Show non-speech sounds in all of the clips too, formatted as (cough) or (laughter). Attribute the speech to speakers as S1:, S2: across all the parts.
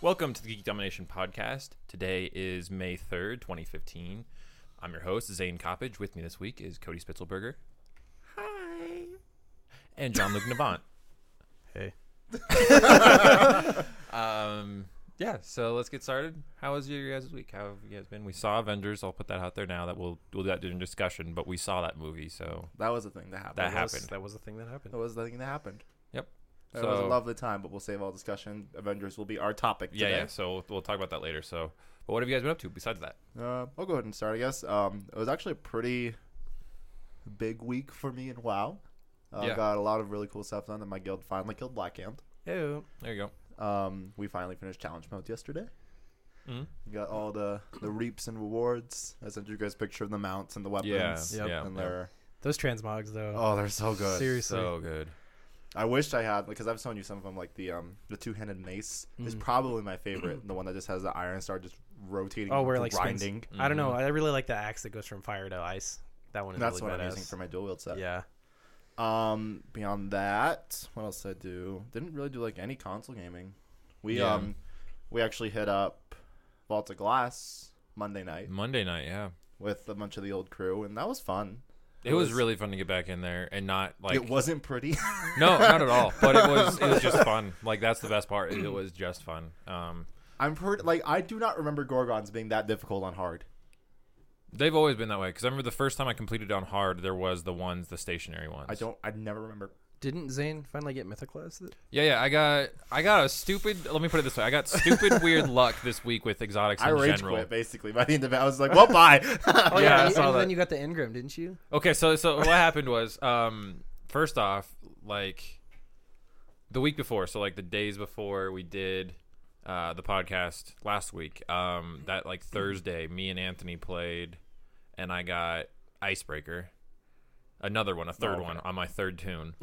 S1: Welcome to the Geek Domination Podcast. Today is May 3rd, 2015. I'm your host, Zane Coppage. With me this week is Cody Spitzelberger. Hi. And John
S2: (laughs)
S1: Luke Navant.
S3: Hey.
S1: (laughs) um, yeah, so let's get started. How was your guys' week? How have you guys been? We saw Avengers. I'll put that out there now that we'll, we'll do that during discussion, but we saw that movie, so.
S2: That was the thing that happened.
S1: That
S3: was-
S1: happened.
S3: that was the thing that happened.
S2: That was the thing that happened.
S1: Yep.
S2: That was a
S1: So-
S2: lovely time, but we'll save all discussion. Avengers will be our topic
S1: Yeah,
S2: today.
S1: yeah, so we'll, we'll talk about that later. So, but what have you guys been up to besides that?
S2: Uh, I'll go ahead and start, I guess. Um, it was actually a pretty big week for me in WoW. I
S1: Yeah.
S2: got a lot of really cool stuff done, and my guild finally killed Blackhand.
S3: Ew.
S1: There you go.
S2: Um, we finally finished challenge mode yesterday.
S1: Mhm.
S2: We got all the, the reaps and rewards. I sent you guys a picture of the mounts and the weapons.
S1: Yeah,
S3: Yep.
S1: yeah,
S2: And
S1: yeah.
S2: they're
S3: Those transmogs though.
S2: oh, they're so good.
S3: Seriously.
S1: So good.
S2: I wished I had because I've shown you some of them, like the um the two handed mace is
S3: Mm.
S2: probably my favorite. the one that just has the iron star just rotating.
S3: Oh, where it, like spins.
S2: grinding. Mm-hmm.
S3: I don't know. I really like the axe that goes from fire to ice. That one is
S2: That's
S3: really
S2: what
S3: badass.
S2: I'm using for my dual wield set.
S3: yeah.
S2: Um, beyond that, what else did I do? Didn't really do like any console gaming. We
S1: Yeah.
S2: um we actually hit up Vault of Glass Monday night
S1: Monday night, yeah.
S2: with a bunch of the old crew, and that was fun.
S1: It was
S2: was-
S1: really fun to get back in there and not like
S2: it wasn't pretty. (laughs)
S1: no, not at all. But it was it was just fun. Like that's the best part. is It was just fun. Um,
S2: I'm pretty like I do not remember Gorgons being that difficult on hard.
S1: they've always been that way because I remember the first time I completed on hard, there was the ones, the stationary ones.
S2: I don't. I never remember.
S3: Didn't Zane finally get mythicalized?
S1: Yeah, yeah. I got I got a stupid. Let me put it this way. I got
S2: (laughs)
S1: stupid weird luck this week with exotics
S2: I
S1: in
S2: rage
S1: general.
S2: quit basically by the end of it. I was like,
S1: (laughs)
S2: well, bye.
S3: Oh
S1: Yeah, I
S3: and,
S1: saw
S3: and
S1: that.
S3: then you got the Ingram, didn't you?
S1: Okay, so so what happened was, um, first off, like the week before, so like the days before we did uh, the podcast last week, um, that like Thursday, me and Anthony played, and I got Icebreaker, another one, a third
S2: Oh, okay.
S1: one on my third tune.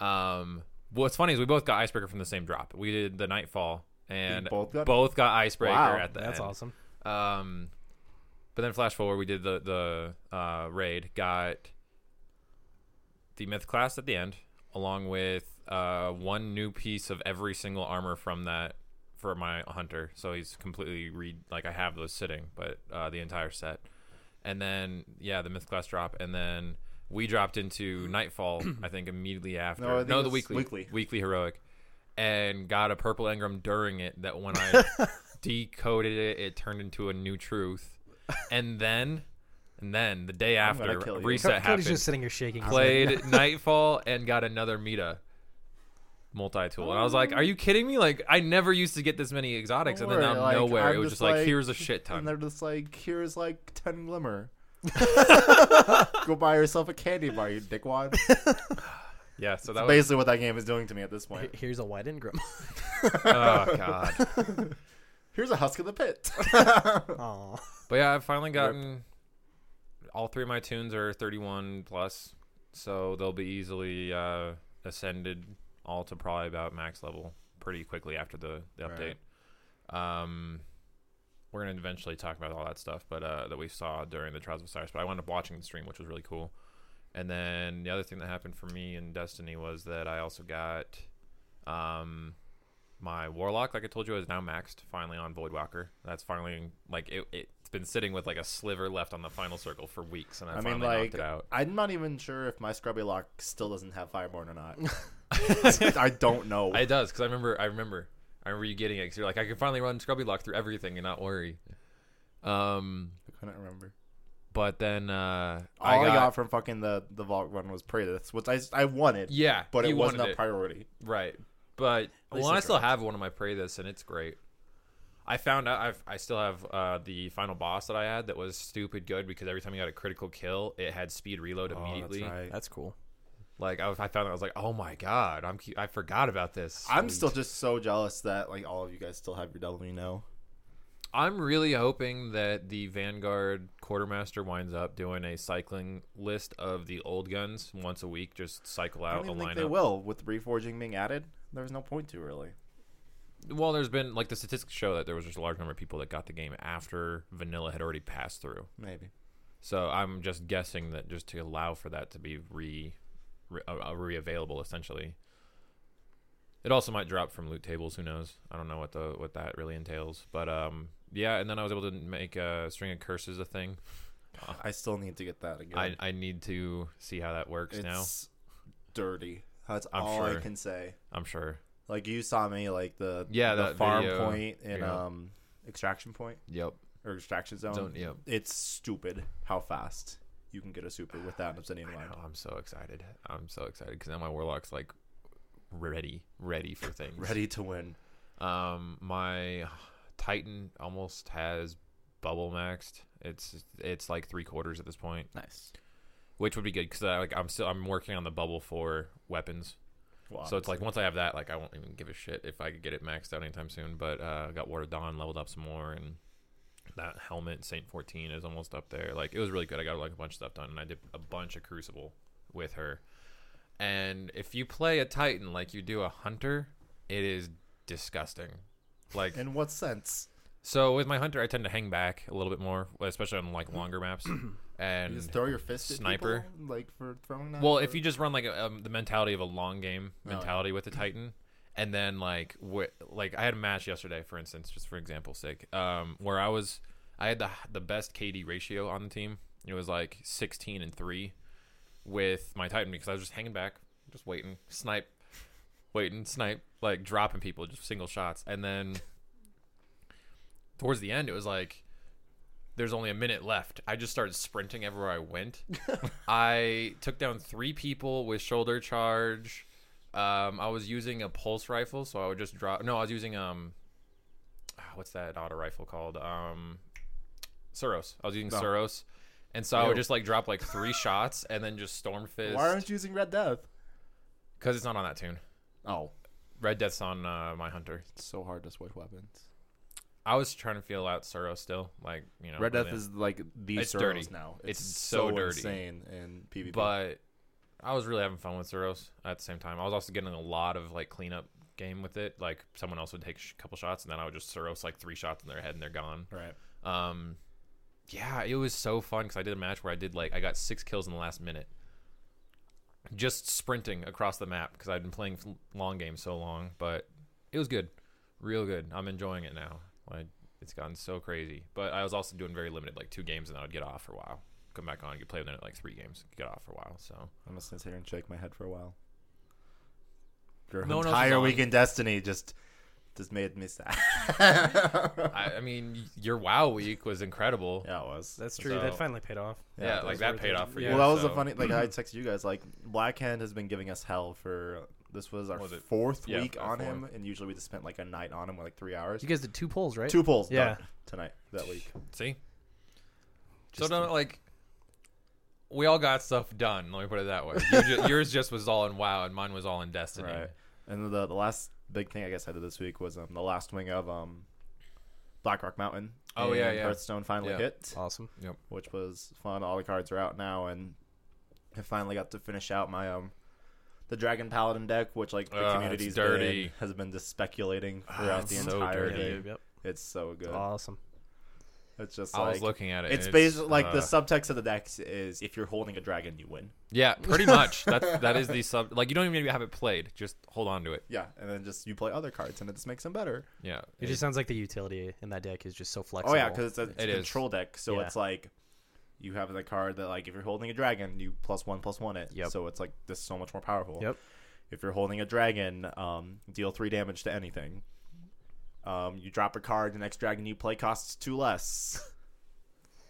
S1: (laughs) um, what's funny is we both got Icebreaker from the same drop. We did the Nightfall, and
S2: both got-
S1: Icebreaker
S2: Wow,
S1: at the
S3: That's
S1: end.
S3: awesome.
S1: Um, but then flash forward, we did the the uh, raid, got the myth class at the end, along with uh, one new piece of every single armor from that for my hunter. So he's completely re like I have those sitting, but uh, the entire set. And then yeah, the myth class drop, and then we dropped
S2: (clears throat)
S1: into nightfall. I think immediately after.
S2: No, I
S1: No,
S2: think it
S1: the
S2: was
S1: weekly
S2: weekly.
S1: weekly heroic, and got a purple engram during it. That when
S2: (laughs)
S1: I decoded it, it turned into a new truth. And then, and then the day
S2: gonna
S1: after
S2: kill you.
S1: reset
S3: Cody's
S1: happened.
S3: just sitting here shaking. his (laughs) head.
S2: (laughs)
S1: played Nightfall and got another Mita multi tool, and I was like, "Are you kidding me? Like, I never used to get this many exotics,
S2: Don't
S1: and then out
S2: worry,
S1: of
S2: like,
S1: nowhere,
S2: I'm
S1: it was
S2: just
S1: just like,
S2: like- (laughs)
S1: here's a shit
S2: and
S1: ton."
S2: they're just like, here's like ten (laughs) glimmer. Go buy yourself a candy bar, you dickwad.
S1: Yeah, so that
S2: That's
S1: was
S2: basically what that game is doing to me at this
S1: (laughs)
S3: Here-
S2: point.
S3: Here's a white (laughs) Ingram.
S1: oh god.
S2: Here's a husk of the pit.
S3: Aw.
S1: But yeah, I've finally gotten all three of my tunes are 31 plus, so they'll be easily uh, ascended all to probably about max level pretty quickly after the, the update.
S2: Right.
S1: Um, we're gonna eventually talk about all that stuff, but uh, that we saw during the Trials of Osiris. But I wound up watching the stream, which was really cool. And then the other thing that happened for me in Destiny was that I also got um, my warlock, like I told you, is now maxed finally on Voidwalker. That's finally like it, it's been sitting with like a sliver left on the final circle for weeks, and I,
S2: I mean,
S1: finally knocked
S2: like,
S1: it out.
S2: I'm not even sure if my scrubby lock still doesn't have Fireborn
S1: (laughs)
S2: or not. I don't know.
S1: It does because I remember, I remember, I remember you getting it because you're like, I can finally run Scrubby Lock through everything and not worry. Um,
S2: I couldn't remember.
S1: but then uh,
S2: All I got, from fucking the the vault run was Praetus, which I I wanted.
S1: yeah,
S2: But it
S1: you
S2: wasn't
S1: wanted
S2: a priority.
S1: Right. But well,
S3: least
S1: I
S3: they
S1: still have one of my pray this, and it's great. I found out I've, I still have uh, the final boss that I had that was stupid good because every time you got a critical kill, it had speed
S2: Oh,
S1: reload immediately.
S3: That's cool.
S1: Like I, was- I found out I was like, oh my god, I'm cu- I forgot about this.
S2: I'm still just so jealous that like all of you guys still have your W now.
S1: I'm really hoping that the Vanguard quartermaster winds up doing a cycling list of the old guns once a week, just cycle
S2: I
S1: out
S2: don't
S1: a
S2: even think
S1: lineup.
S2: they will with reforging being added. There's no point to really.
S1: Well, there's been like the statistics show that there was just a large number of people that got the game after vanilla had already passed through.
S2: Maybe.
S1: So I'm just guessing that just to allow for that to be re, re uh, uh, reavailable essentially. It also might drop from loot tables. Who knows? I don't know what the what that really entails. But um, yeah. And then I was able to make a string of curses a thing.
S2: I still need to get that again.
S1: I, I need to see how that works
S2: it's
S1: now.
S2: dirty. That's
S1: I'm
S2: all I
S1: sure.
S2: can say.
S1: I'm sure.
S2: Like you saw me, like the
S1: Yeah,
S2: the
S1: that
S2: farm
S1: video.
S2: point and
S1: Yeah.
S2: um extraction point
S1: Yep.
S2: or extraction zone.
S1: Zone, yep.
S2: It's stupid how fast you can get a super without an obsidian line.
S1: Oh, I'm so excited. I'm so excited because now my warlock's like ready, ready for things.
S2: (laughs) Ready to win.
S1: Um, my Titan almost has bubble maxed. It's it's like three quarters at this point,
S2: Nice.
S1: which would be good because like I'm still I'm working on the bubble for weapons.
S2: Well,
S1: So it's like once I have that, like I won't even give a shit if I could get it maxed out anytime soon. But uh, I got Water Dawn leveled up some more, and that helmet Saint fourteen is almost up there. Like it was really good. I got like a bunch of stuff done, and I did a bunch of Crucible with her. And if you play a Titan like you do a Hunter, it is disgusting. Like
S2: in what sense?
S1: so with my Hunter, I tend to hang back a little bit more, especially on like longer
S2: (clears throat)
S1: maps.
S2: You
S1: And
S2: just throw your fist at
S1: sniper.
S2: people, like for throwing that.
S1: Well,
S2: or-
S1: if you just run like a, um, the mentality of a long game
S2: Oh, yeah.
S1: mentality
S2: (clears throat)
S1: with the Titan, and then like wh- like I had a match yesterday, for instance, just for example's sake, um, where I was I had the the best KD ratio on the team. It was like sixteen and three with my Titan because I was just hanging back, just waiting, snipe, waiting, snipe, like dropping people, just single shots, and then towards the end, it was like. There's only a minute left. I just started sprinting everywhere I
S2: (laughs)
S1: went. I took down three people with shoulder charge. Um, I was using a pulse rifle, so I would just drop. No, I was using um, ah, what's that auto rifle called? Um, Suros. I was using
S2: Oh.
S1: Suros, and so I
S2: Ew.
S1: would just like drop like
S2: (laughs)
S1: three shots and then just storm fist.
S2: why aren't you using Red Death?
S1: Because it's not on that tune.
S2: Oh,
S1: Red Death's on uh, my hunter.
S2: it's so hard to switch weapons.
S1: I was trying to feel out Suros still, like you know.
S2: Red Death
S1: really-
S2: is like the
S1: It's
S2: Suros
S1: dirty.
S2: now.
S1: It's so dirty.
S2: insane in PvP.
S1: but I was really having fun with Zeros at the same time. I was also getting a lot of like cleanup game with it. Like someone else would take a sh- couple shots, and then I would just Zeros like three shots in their head, and they're gone.
S2: right,
S1: Um, yeah, it was so fun because I did a match where I did like I got six kills in the last minute, just sprinting across the map because I'd been playing f- long games so long. But it was good, real good. I'm enjoying it now. Like it's gotten so crazy. But I was also doing very limited, like two games, and then I'd get off for a while, come back on, get play with it like three games, get off for a while. So
S2: I'm just gonna sit here and shake my head for a while. Your
S1: No one else is
S2: entire
S1: on.
S2: week in Destiny just just made me sad.
S1: I, I mean, y- your WoW week was incredible.
S2: yeah, it was.
S3: That's true.
S1: So-
S3: that finally paid off.
S1: Yeah,
S2: Yeah,
S1: like
S3: those
S1: that
S3: were
S1: paid
S3: the-
S1: off for
S3: yeah.
S1: you.
S2: well, that was
S1: so.
S2: the funny.
S1: (clears throat)
S2: Like I texted you guys, like Black Hand has been giving us hell for. This was our
S1: Was it-
S2: fourth
S1: yeah,
S2: week
S1: our
S2: on him, and usually we just spent like a night on him, like three hours.
S3: You guys did two polls, right?
S2: Two pulls,
S3: Yeah.
S2: done tonight that week.
S1: See,
S2: Just-
S1: so no, no, like we all got stuff done. Let me put it that way. You ju- yours just was all in WoW, and mine was all in Destiny.
S2: Right. And the the last big thing I guess I did this week was um the last wing of um Black Rock Mountain.
S1: Oh, yeah,
S2: and
S1: yeah.
S2: Hearthstone finally
S1: Yeah.
S2: hit,
S3: Awesome.
S2: which was fun. All the cards are out now, and I finally got to finish out my um the Dragon Paladin deck, which like the
S1: Ugh,
S2: community's
S1: Ah, it's dirty. Ah,
S2: been- has been just speculating throughout
S1: it's
S2: the
S1: so
S2: entire
S1: dirty.
S2: game.
S3: Yep.
S2: It's so good.
S3: Awesome.
S2: It's just
S1: I
S2: like
S1: was looking at it.
S2: it's
S1: and
S2: basically like the
S1: uh,
S2: subtext of the deck is if you're holding a dragon, you win.
S1: Yeah, pretty much. That's that is the sub. Like you don't even need to have it played. Just hold on to it.
S2: Yeah, and then just you play other cards, and it just makes them better.
S1: Yeah.
S3: It just sounds like the utility in that deck is just so flexible.
S2: Oh yeah, because it's a, it's a
S1: It is.
S2: control deck, so
S3: Yeah.
S2: it's like you have the card that like if you're holding a dragon, you plus one plus one it.
S3: Yep.
S2: So it's like this is so much more powerful.
S3: Yep.
S2: If you're holding a dragon, um, deal three damage to anything. Um, you drop a card, the next dragon you play costs two less.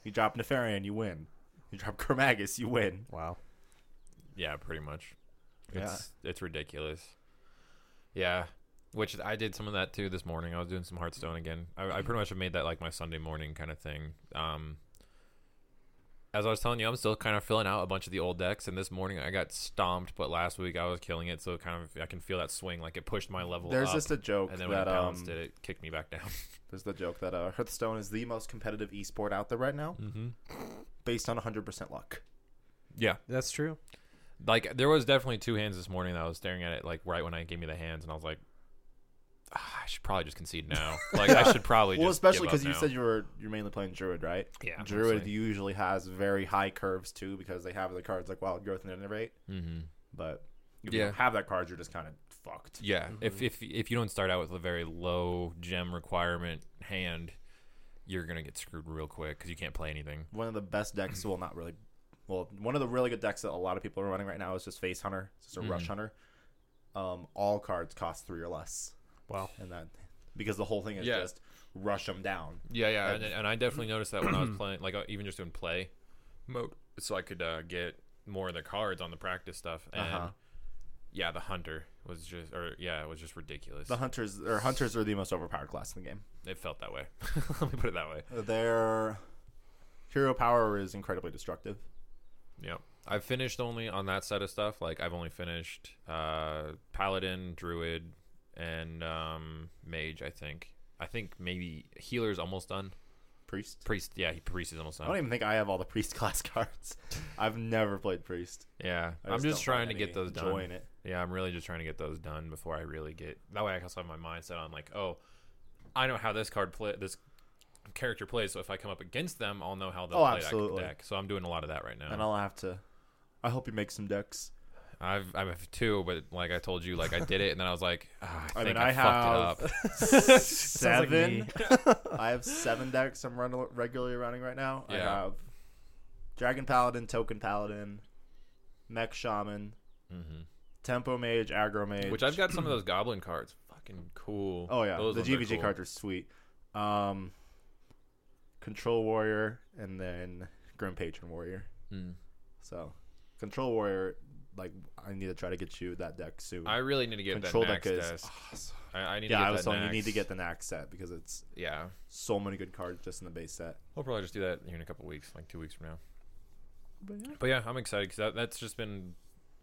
S2: you drop Nefarian, you win. You drop Kermagus, you win.
S3: Wow.
S1: yeah, pretty much. It's it's ridiculous. Yeah. Which I did some of that too this morning. I was doing some Hearthstone again. I, I pretty much have made that like my Sunday morning kind of thing. Um, as I was telling you, I'm still kind of filling out a bunch of the old decks. And this morning I got stomped, but last week I was killing it. So kind of I can feel that swing. Like it pushed my level
S2: There's
S1: up.
S2: just a joke
S1: and then when
S2: that
S1: I
S2: um,
S1: balanced it, it kicked me back down. (laughs)
S2: there's the joke that uh, Hearthstone is the most competitive esport out there right now,
S1: mm-hmm.
S2: based on 100% luck.
S1: Yeah.
S3: That's true.
S1: like there was definitely two hands this morning that I was staring at it like right when I gave me the hands and I was like "Ah, I should probably just concede now. (laughs) Like I should probably
S2: Well,
S1: just
S2: especially
S1: because
S2: because you said you were you're mainly playing Druid, right?
S1: Yeah,
S2: Druid
S1: mostly.
S2: usually has very high curves too because they have the cards like Wild Growth and Innovate.
S1: mm-hmm.
S2: But If you
S1: Yeah.
S2: don't have that card, you're just kind of fucked.
S1: Yeah, if if if you don't start out with a very low gem requirement hand, you're gonna get screwed real quick because you can't play anything.
S2: One of the best decks, well, not really. Well, one of the really good decks that a lot of people are running right now is just Face Hunter. It's just a
S1: Mm-hmm.
S2: Rush Hunter. Um, all cards cost three or less,
S3: Wow.
S2: and that because the whole thing is
S1: Yeah.
S2: just rush them down.
S1: Yeah, yeah, and, and I definitely noticed that when (clears throat) I was playing, like uh, even just doing play mode, so I could uh, get more of the cards on the practice stuff. And
S2: Uh-huh.
S1: yeah, the hunter was just, or yeah, it was just ridiculous.
S2: The hunters or hunters are the most overpowered class in the game.
S1: it felt that way. (laughs) Let me put it that way.
S2: Their hero power is incredibly destructive.
S1: Yeah, I've finished only on that set of stuff. Like I've only finished uh, paladin, druid, and um, mage. I think. I think maybe healer's almost done.
S2: Priest.
S1: Priest, yeah, he priest is almost
S2: I
S1: done.
S2: don't even think I have all the priest (laughs) class cards. I've never played priest.
S1: yeah,
S2: I
S1: I'm just
S2: don't
S1: trying to
S2: find
S1: get
S2: any
S1: those
S2: joy
S1: done.
S2: in it.
S1: Yeah, I'm really just trying to get those done before I really get. That way, I also have my mindset on like, oh, I know how this card play this character plays. So if I come up against them, I'll know how they'll
S2: Oh,
S1: play
S2: absolutely.
S1: that deck. So I'm doing a lot of that right
S2: And
S1: now.
S2: I'll have to. I hope you make
S1: (laughs)
S2: some decks. (laughs)
S1: I've I have two, but like I told you, like I did it, and then I was like, ah, I
S2: (laughs) I
S1: think
S2: mean,
S1: I,
S2: I
S1: fucked it up. (laughs)
S3: like
S2: seven. (laughs) I have seven decks I'm run, regularly running right now. I
S1: Yeah.
S2: have Dragon Paladin, Token Paladin, Mech Shaman,
S1: Mhm.
S2: Tempo Mage, Aggro Mage.
S1: Which I've got some of those goblin cards. Fucking cool.
S2: Oh yeah,
S1: Those
S2: the
S1: ones are
S2: GVG
S1: cool.
S2: cards are sweet. Um, Control Warrior and then Grim Patron Warrior.
S1: Mm.
S2: So, Control Warrior, like I need to try to get you that deck soon.
S1: I really need to get
S2: Control
S1: that next
S2: deck is
S1: desk.
S2: awesome.
S1: I, I need to
S2: Yeah,
S1: get
S2: I was
S1: that
S2: telling you, you need to
S1: next.
S2: get the Nax set because it's
S1: Yeah,
S2: so many good cards just in the base set.
S1: I'll probably just do that here in a couple weeks, like two weeks from now.
S2: But yeah.
S1: But yeah, I'm excited because that, that's just been.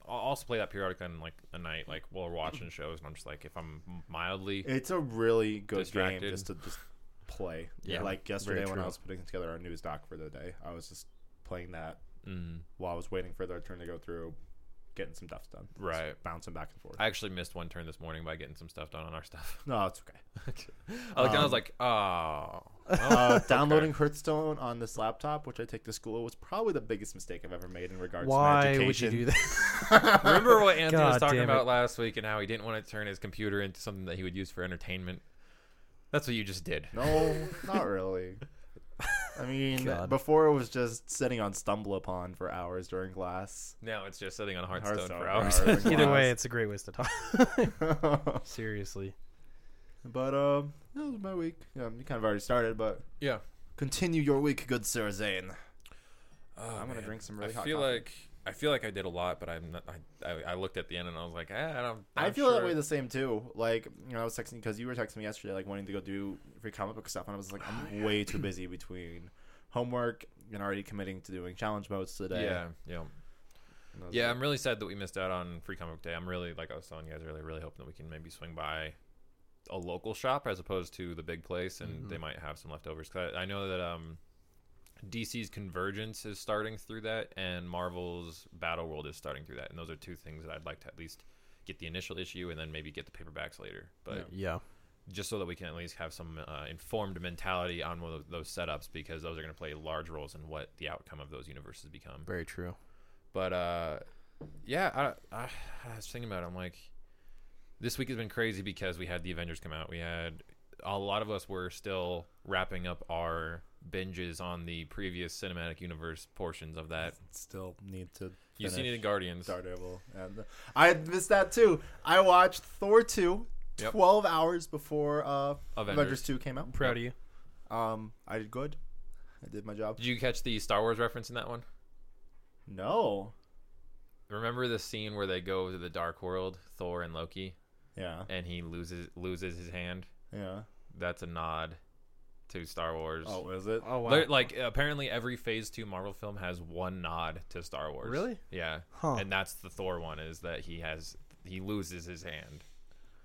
S1: I'll also play that periodically on like a night, like while we're watching shows, and I'm just like, if I'm mildly,
S2: It's a really good
S1: Distracted.
S2: game just to just play.
S1: Yeah,
S2: like yesterday when I
S1: true.
S2: was putting together our news doc for the day, I was just playing that
S1: mm,
S2: while I was waiting for their turn to go through, getting some stuff done. Just
S1: Right.
S2: bouncing back and forth.
S1: I actually missed one turn this morning by getting some stuff done on our stuff.
S2: no, it's okay.
S1: (laughs) I looked down, I
S2: Um,
S1: was like,
S2: (laughs)
S1: oh, well,
S3: (laughs)
S2: Uh, downloading Hearthstone on this laptop, which I take to school, was probably the biggest mistake I've ever made in regards to
S3: Why
S2: my
S3: would you
S2: education.
S3: do that?
S1: remember what Anthony was
S3: God
S1: talking
S3: damn it.
S1: about last week and how he didn't want to turn his computer into something that he would use for entertainment. That's what you just did.
S2: No, not really. I mean,
S3: (laughs) God.
S2: before it was just sitting on Stumble Upon for hours during class.
S1: Now it's just sitting on Hearthstone,
S2: Hearthstone
S1: for
S2: for
S1: hours.
S2: hours.
S3: (laughs) Either way,
S2: Wow.
S3: it's a great waste of time.
S2: (laughs) but
S3: (laughs) Seriously.
S2: um, that was my week. Yeah, you kind of already started, but
S1: (laughs)
S2: (laughs)
S1: yeah,
S2: continue your week, good Sir Zane.
S1: Oh,
S2: I'm gonna
S1: man.
S2: drink some really
S1: I
S2: hot
S1: feel
S2: coffee.
S1: like I feel like I did a lot, but I'm not, I, I I looked at the end and I was like, eh, I don't.
S2: i
S1: I'm
S2: feel that
S1: sure-
S2: way the same too. Like you know, I was texting because you were texting me yesterday, like wanting to go do free comic book stuff, and I was like,
S1: Oh,
S2: I'm
S1: (clears throat)
S2: way too busy between homework and already committing to doing challenge modes today.
S1: Yeah, yeah,
S2: And I was
S1: yeah.
S2: like,
S1: I'm really sad that we missed out on Free Comic Book Day. I'm really like I was telling you guys earlier, really hoping that we can maybe swing by a local shop as opposed to the big place, and they might have some leftovers. 'Cause I, I know that um, DC's Convergence is starting through that, and Marvel's Battle World is starting through that, and those are two things that I'd like to at least get the initial issue and then maybe get the paperbacks later. But
S3: Yeah.
S1: just so that we can at least have some uh, informed mentality on one of those setups because those are going to play large roles in what the outcome of those universes become.
S3: Very true.
S1: But uh, yeah, I, I, I was thinking about it. I'm like, this week has been crazy because we had the Avengers come out. We had a lot of us were still wrapping up our binges on the previous cinematic universe portions of that.
S2: still need to.
S1: You seen it
S2: finish
S1: in Guardians.
S2: Daredevil, and I had missed that too. I watched Thor two.
S1: Yep.
S2: 12 hours before uh,
S1: Avengers.
S2: Avengers. 2 came out.
S3: Proud of you.
S2: Um, I did good. I did my job.
S1: Did you catch the Star Wars reference in that one?
S2: No.
S1: Remember the scene where they go to the Dark World, Thor and Loki,
S2: Yeah.
S1: and he loses loses his hand?
S2: Yeah.
S1: that's a nod to Star Wars.
S2: Oh, is it?
S3: Oh, wow.
S1: Li- Like apparently every Phase Two Marvel film has one nod to Star Wars.
S3: Really?
S1: Yeah.
S3: Huh.
S1: And that's the Thor one is that he has he loses his hand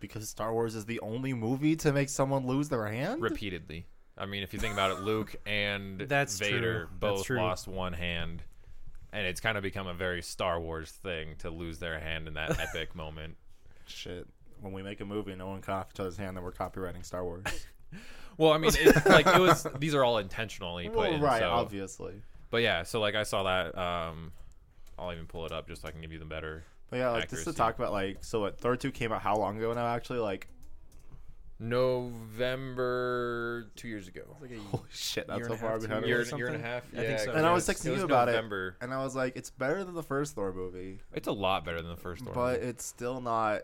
S2: Because Star Wars is the only movie to make someone lose their hand?
S1: repeatedly. I mean, if you think about it, Luke (laughs) and
S3: That's
S1: Vader
S3: true. That's
S1: both
S3: true.
S1: lost one hand, and it's kind of become a very Star Wars thing to lose their hand in (laughs) that epic moment.
S2: Shit. When we make a movie, no one cough each other's hand, then we're copywriting Star (laughs) Wars.
S1: Well, I mean, it's like it was. These are all intentionally put
S2: well,
S1: in.
S2: right,
S1: so-
S2: obviously.
S1: But yeah, so like I saw that. Um, I'll even pull it up just so I can give you the better
S2: But yeah, like just to
S1: Accuracy.
S2: talk about like so what Thor two came out how long ago now? Actually, like
S1: November two years ago.
S3: Like
S2: holy shit, that's
S3: Year
S2: so
S3: and a
S2: far
S3: half, two
S2: behind.
S3: years.
S1: Year,
S2: us.
S1: year and a
S3: something?
S1: half.
S3: I think
S1: yeah,
S3: so.
S1: it
S2: And I was
S1: was-
S2: texting
S1: it
S2: you
S1: was
S2: about it.
S1: November.
S2: And I was like, it's better than the first Thor movie,
S1: It's a lot better than the first one.
S2: but it's still not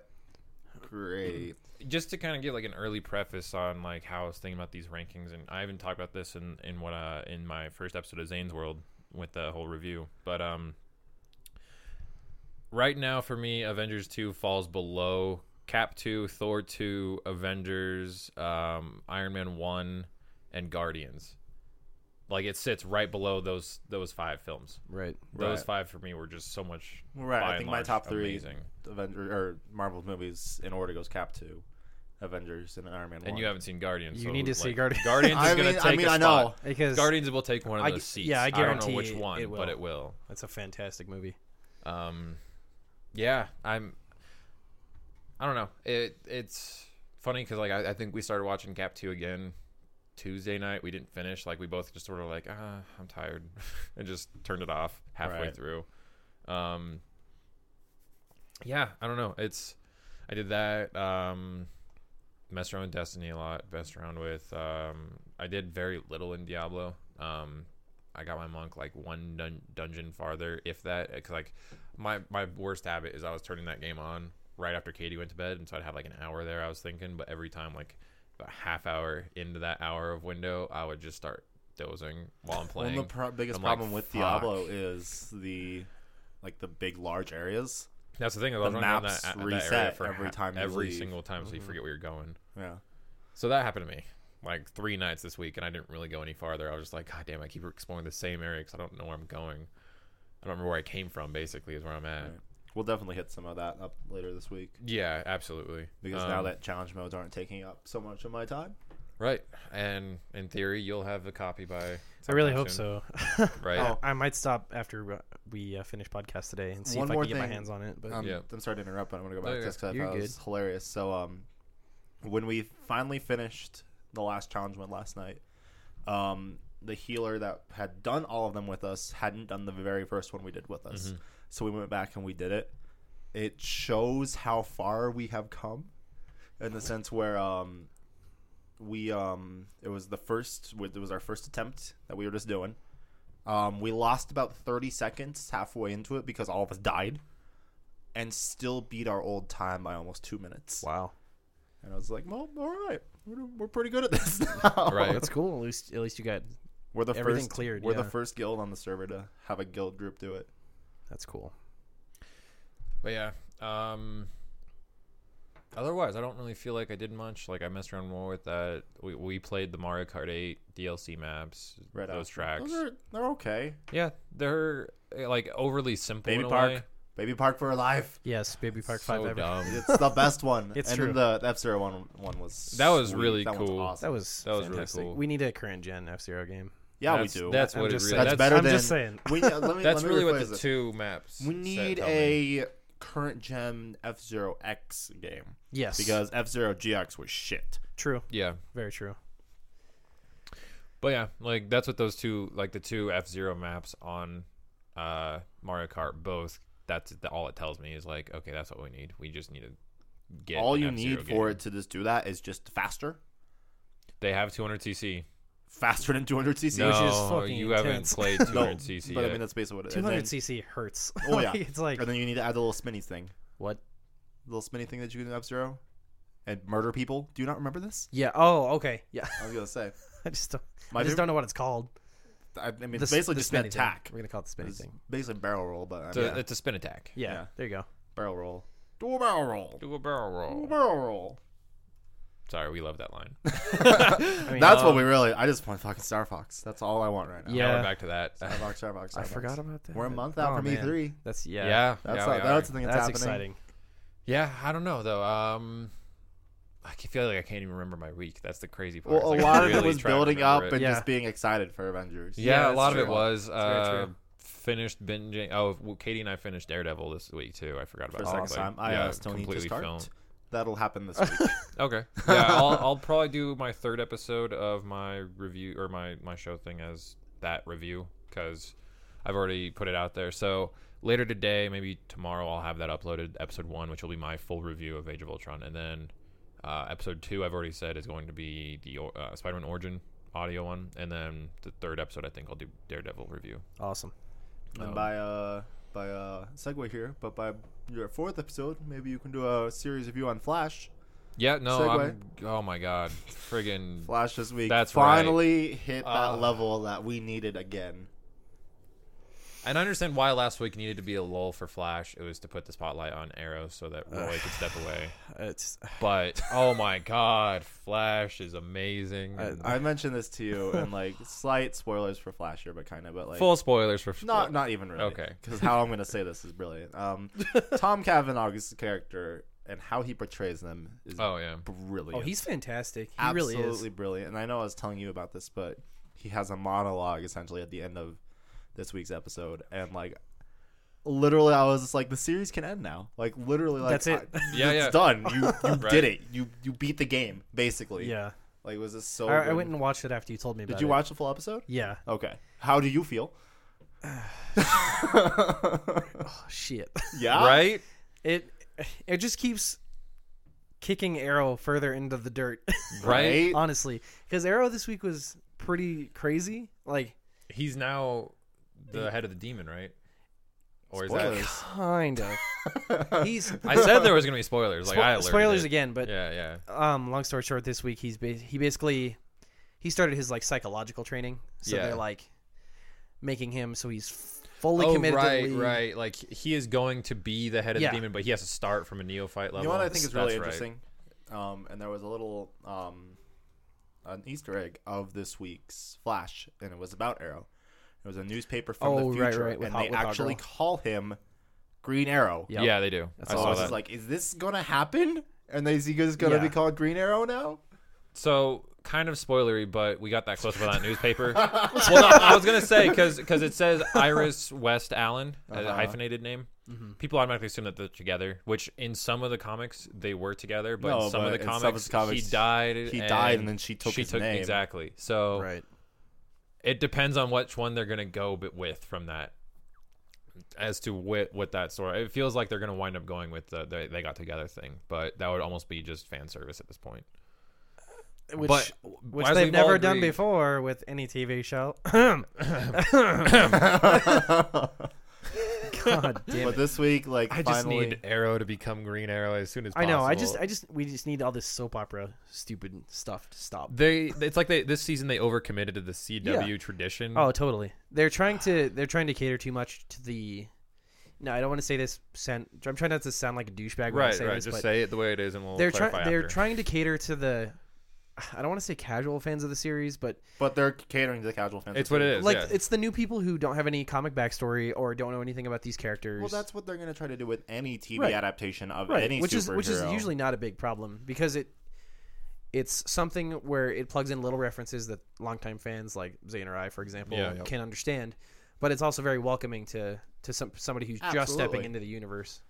S2: great.
S1: just to kind of give like an early preface on like how I was thinking about these rankings, and I even talked about this in in what uh in my first episode of Zane's World with the whole review, but um, right now for me, Avengers two falls below Cap two, Thor two, Avengers, um, Iron Man one, and Guardians. Like it sits right below those those five films.
S4: Right.
S1: Those
S2: Right.
S1: five for me were just so much.
S2: Right,
S1: by
S2: I
S1: and
S2: think my
S1: large,
S2: top three
S1: amazing.
S2: Avenger or Marvel movies in order goes Cap two, Avengers, and Iron Man.
S1: And
S2: 1.
S1: you haven't seen Guardians.
S3: You
S1: so,
S3: need to see
S1: like,
S3: Guardians. (laughs)
S1: Guardians is
S2: I
S1: going
S2: mean,
S1: to take
S2: I mean,
S1: a
S2: I
S1: spot.
S2: know.
S3: Oh. because
S1: Guardians will take one of
S3: I
S1: those
S3: gu-
S1: seats.
S3: yeah, I
S1: don't know
S3: guarantee
S1: which one,
S3: it
S1: but
S3: will.
S1: it will.
S3: that's a fantastic movie.
S1: Um, yeah, I'm. I don't know. It it's funny because like I, I think we started watching Cap Two again Tuesday night. We didn't finish. Like we both just sort of like ah, I'm tired, (laughs) and just turned it off halfway
S2: Right.
S1: through. Um, yeah, I don't know. It's I did that. Um, messed around with Destiny a lot. Messed around with. Um, I did very little in Diablo. Um, I got my monk like one dun- dungeon farther, if that. Cause like my my worst habit is I was turning that game on right after Katie went to bed, and so I'd have like an hour there. I was thinking, but every time like about half hour into that hour of window, I would just start dozing while I'm
S2: Well,
S1: playing.
S2: and the pro- biggest
S1: I'm like,
S2: problem with
S1: "Fuck."
S2: Diablo is the like the big large areas.
S1: That's the thing. I was
S2: the
S1: running around
S2: maps
S1: that, that area
S2: reset
S1: for
S2: every
S1: ha-
S2: time you
S1: every
S2: leave. Mm-hmm.
S1: single time, so you forget where you're going.
S2: Yeah.
S1: So that happened to me like three nights this week, and I didn't really go any farther. I was just like, God damn, I keep exploring the same area because I don't know where I'm going. I don't remember where I came from. Basically, is where I'm at.
S2: Right. We'll definitely hit some of that up later this week
S1: Yeah, absolutely.
S2: because now
S1: Um,
S2: that challenge modes aren't taking up so much of my time.
S1: right, and in theory, you'll have the copy by.
S3: I really hope
S1: sometime
S3: so.
S1: soon, Right.
S2: Oh.
S3: (laughs) I might stop after uh, we uh, finish podcast today and see
S2: One
S3: if I
S2: more
S3: can get my
S2: thing.
S3: hands on it. But
S2: Um,
S1: Yeah.
S2: I'm sorry to interrupt, but I'm gonna go
S1: No,
S2: back to
S1: you're-
S2: this because I
S4: you're
S2: thought it was hilarious. So, um, when we finally finished the last challenge one last night, um, the healer that had done all of them with us hadn't done the very first one we did with us.
S1: Mm-hmm.
S2: So we went back and we did it. It shows how far we have come, in the sense where um, we um, it was the first it was our first attempt that we were just doing. Um, we lost about 30 seconds halfway into it because all of us died and still beat our old time by almost two minutes.
S4: Wow.
S2: And I was like, well, all right. We're, we're pretty good at this (laughs) now.
S1: Right.
S4: That's cool. At least at least you got
S2: We're the
S3: Everything
S2: first,
S3: cleared,
S2: We're
S3: yeah.
S2: the first guild on the server to have a guild group do it.
S4: that's cool.
S1: But yeah. Um otherwise I don't really feel like I did much. Like I messed around more with that. We we played the Mario Kart eight DLC maps,
S2: Right
S1: those
S2: out.
S1: tracks.
S2: Those are, they're okay.
S1: Yeah. They're uh, like overly simple.
S2: Baby
S1: in a
S2: Park.
S1: way.
S2: Baby Park for life.
S3: yes, Baby Park
S1: So
S3: Five. ever.
S1: dumb.
S2: It's the
S1: (laughs)
S2: best one.
S3: It's
S2: and
S3: true.
S2: then the F Zero one one was
S1: That was
S2: sweet.
S1: really
S2: that one's
S1: cool.
S2: awesome.
S3: (laughs) That was
S1: That was really
S3: fantastic.
S1: cool.
S3: We need a current gen F Zero game.
S2: yeah,
S1: that's,
S2: we do.
S1: That's
S3: I'm
S1: what it
S3: just
S1: really
S3: saying.
S1: that's,
S2: That's better
S3: I'm
S2: than
S3: just saying.
S2: We, let
S1: (laughs)
S2: me,
S1: that's
S2: let me
S1: really what
S2: rephrase
S1: the
S2: this.
S1: two maps.
S2: We
S1: said,
S2: need
S1: tell me.
S2: a current gen F Zero X game
S3: Yes,
S2: because F Zero GX was shit.
S3: true,
S1: Yeah.
S3: very true.
S1: But yeah, like that's what those two like the two F Zero maps on uh Mario Kart both that's the, all it tells me is like, okay, that's what we need. We just need to get
S2: All
S1: an
S2: you
S1: F-Zero
S2: need
S1: game.
S2: for it to just do that is just faster,
S1: They have 200 CC.
S2: faster than 200 cc.
S1: No,
S2: which is-
S3: fucking
S1: you
S3: intense.
S1: haven't
S2: (laughs)
S1: played 200 CC.
S2: but I
S1: yet.
S2: mean that's basically what it is.
S3: Two
S2: And
S3: hundred
S2: then-
S3: CC hurts.
S2: Oh, yeah.
S3: (laughs) it's like
S2: And then you need to add the little spinny thing,
S4: What?
S2: little spinny thing that you can do in F Zero, and murder people. Do you not remember this?
S3: yeah. Oh, okay. Yeah, (laughs)
S2: I was gonna say.
S3: I just don't,
S2: My
S3: I just
S2: favorite-
S3: don't know what it's called.
S2: I, I mean,
S3: The s-
S2: it's basically
S3: the
S2: just an
S3: spinny thing.
S2: attack.
S4: We're gonna call it the spinning
S2: It's
S4: thing.
S2: basically barrel roll, but I
S1: it's,
S2: mean,
S1: a,
S2: yeah,
S1: it's a spin attack.
S3: Yeah,
S2: Yeah.
S3: there you go.
S2: barrel roll. Do a barrel roll.
S1: Do a barrel
S2: Do a
S1: roll.
S2: barrel roll.
S1: Sorry, we love that line.
S3: mean,
S2: That's what
S1: um,
S2: we really. I just want fucking Star Fox. That's all I want right now.
S1: Now
S3: Yeah.
S1: we're back to that.
S2: Star Fox, Star Fox. Star
S4: I
S2: Fox.
S4: forgot about that.
S2: We're a month out
S4: Oh,
S2: from E
S4: man.
S2: E3.
S4: That's yeah.
S1: yeah. Yeah.
S2: That's
S1: we
S2: how-
S1: are.
S2: that's the thing that's,
S3: That's
S2: happening.
S3: exciting.
S1: yeah, I don't know though. Um I can feel like I can't even remember my week. That's the crazy part.
S2: Well, a
S1: It's like I
S2: lot of it
S1: really
S2: was
S1: try to
S2: building up
S1: remember it.
S2: and
S3: Yeah.
S2: just being excited for Avengers.
S1: Yeah,
S3: Yeah,
S1: a lot
S3: that's
S1: of it
S3: true.
S1: was
S3: very
S1: uh,
S3: true.
S1: finished binging. Oh, well, Katie and I finished Daredevil this week too. I forgot about
S2: for the
S1: that.
S2: second
S1: Like,
S2: time. I
S1: yeah,
S2: uh, still need to
S1: completely
S2: start.
S1: filmed.
S2: That'll
S1: (laughs)
S2: happen this week.
S1: Okay. Yeah, (laughs) I'll, I'll probably do my third episode of my review or my my show thing as that review because I've already put it out there. So later today, maybe tomorrow, I'll have that uploaded. Episode one, which will be my full review of Age of Ultron, and then uh, episode two, I've already said is going to be the or- uh, Spider-Man Origin audio one, and then the third episode, I think I'll do Daredevil review.
S3: Awesome.
S2: And
S1: Um,
S2: by uh by uh segue here, but by your fourth episode, maybe you can do a series review on Flash.
S1: Yeah, no,
S2: Segue.
S1: I'm, oh my god, friggin'
S2: Flash this week
S1: That's right.
S2: finally hit that
S1: Ah.
S2: level that we needed again.
S1: And I understand why last week needed to be a lull for Flash. It was to put the spotlight on Arrow so that Roy could step away.
S3: (sighs)
S4: It's
S1: But oh my God, Flash is amazing.
S4: I-
S1: And
S2: I mentioned this to you and like
S1: (laughs)
S2: slight spoilers for Flash here, but kind of, but like
S1: Full spoilers for
S2: not not even really.
S1: Okay.
S2: because how I'm gonna say this is brilliant. Um,
S1: (laughs)
S2: Tom Cavanaugh's character and how he portrays them is
S1: Oh yeah,
S2: brilliant.
S3: Oh, he's fantastic. He
S2: absolutely
S3: really is.
S2: brilliant. And I know I was telling you about this, but he has a monologue essentially at the end of this week's episode, and like literally, I was just like, the series can end now. Like literally, like
S3: That's it.
S2: I-
S1: (laughs) Yeah,
S2: it's
S1: yeah.
S2: done.
S1: (laughs)
S2: You you
S1: Right.
S2: did it. You you beat the game basically.
S3: Yeah.
S2: like it was this so?
S3: I, I
S2: good.
S3: went and watched it after you told me about
S2: Did you
S3: it.
S2: watch the full episode?
S3: Yeah.
S2: Okay. How do you
S3: (sighs)
S2: feel? (laughs)
S3: Oh, shit.
S2: yeah.
S1: right.
S3: (laughs) It it just keeps kicking Arrow further into the dirt. (laughs)
S1: Right?
S3: Honestly, because Arrow this week was pretty crazy. Like
S1: He's now the head of the demon, right? Or is
S2: Spoilers.
S3: kind of. He's
S1: that? (laughs) I said there was
S3: (laughs)
S1: gonna be spoilers. Like I alerted.
S3: spoilers
S1: it.
S3: again, but
S1: Yeah, yeah.
S3: um, long story short, this week he's ba- he basically he started his like psychological training, so
S1: Yeah.
S3: they're like making him so he's fully
S1: Oh
S3: committed.
S1: right,
S3: to the league.
S1: right. Like he is going to be the head of
S3: Yeah.
S1: the demon, but he has to start from a neophyte level.
S2: You know what I think is really
S1: That's right.
S2: interesting? Um, and there was a little um, an Easter egg of this week's Flash, and it was about Arrow. It was a newspaper from
S3: Oh,
S2: the
S3: right,
S2: future,
S3: right, with
S2: and
S3: Hot-
S2: they
S3: with Hot
S2: actually
S3: Girl.
S2: call him Green Arrow.
S3: Yep.
S1: Yeah, they do. I
S2: So I
S1: saw
S2: was
S1: that.
S2: just like, is this gonna happen? And is he just gonna be
S3: Yeah.
S2: called Green
S1: (laughs)
S2: Arrow now? (laughs)
S1: So kind of spoilery, but we got that close with that
S2: (laughs)
S1: newspaper. well, no, I was gonna say because it says Iris West Allen,
S2: Uh-huh.
S1: a hyphenated name.
S2: Mm-hmm.
S1: People automatically assume that they're together, which in some of the comics they were together, but
S2: No,
S1: in some of the
S2: but in some of
S1: comics,
S2: his comics,
S1: he died.
S2: he died and then she took
S1: She
S2: his
S1: took
S2: name.
S1: exactly. So
S4: right.
S1: it depends on which one they're gonna go bit with from that. As to what what that story, it feels like they're gonna wind up going with the, the they got together thing, but that would almost be just fan service at this point.
S3: Which
S1: But
S3: which
S1: as
S3: they've
S1: we've all
S3: never done
S1: agreed-
S3: before with any TV show. (coughs) God (coughs) damn
S2: But
S3: it.
S2: this week, like,
S1: I just
S2: finally,
S1: need Arrow to become Green Arrow as soon as
S3: I
S1: possible.
S3: know. I just, I just, we just need all this soap opera stupid stuff to stop.
S1: they it's like they this season they overcommitted to the CW tradition.
S3: Oh, totally. They're trying to, they're trying to cater too much to the. No, I don't want to say this. Sound, I'm trying not to sound like a douchebag. when I
S1: right,
S3: say
S1: right.
S3: This,
S1: just
S3: but
S1: say it the way it is, and we'll
S3: they're
S1: clarify
S3: trying,
S1: after.
S3: they're trying to cater to the. I don't want to say casual fans of the series, but
S2: but they're catering to the casual fans.
S1: It's what it is.
S3: like
S1: yeah.
S3: it's the new people who don't have any comic backstory or don't know anything about these characters.
S2: Well, that's what they're gonna try to do with any TV
S3: Right.
S2: adaptation of
S3: right
S2: any
S3: which is which is
S2: superhero.
S3: usually not a big problem because it it's something where it plugs in little references that longtime fans like Zayn or I, for example,
S1: Yeah, yep.
S3: can understand. But it's also very welcoming to to some, somebody who's just
S2: Absolutely.
S3: stepping into the universe.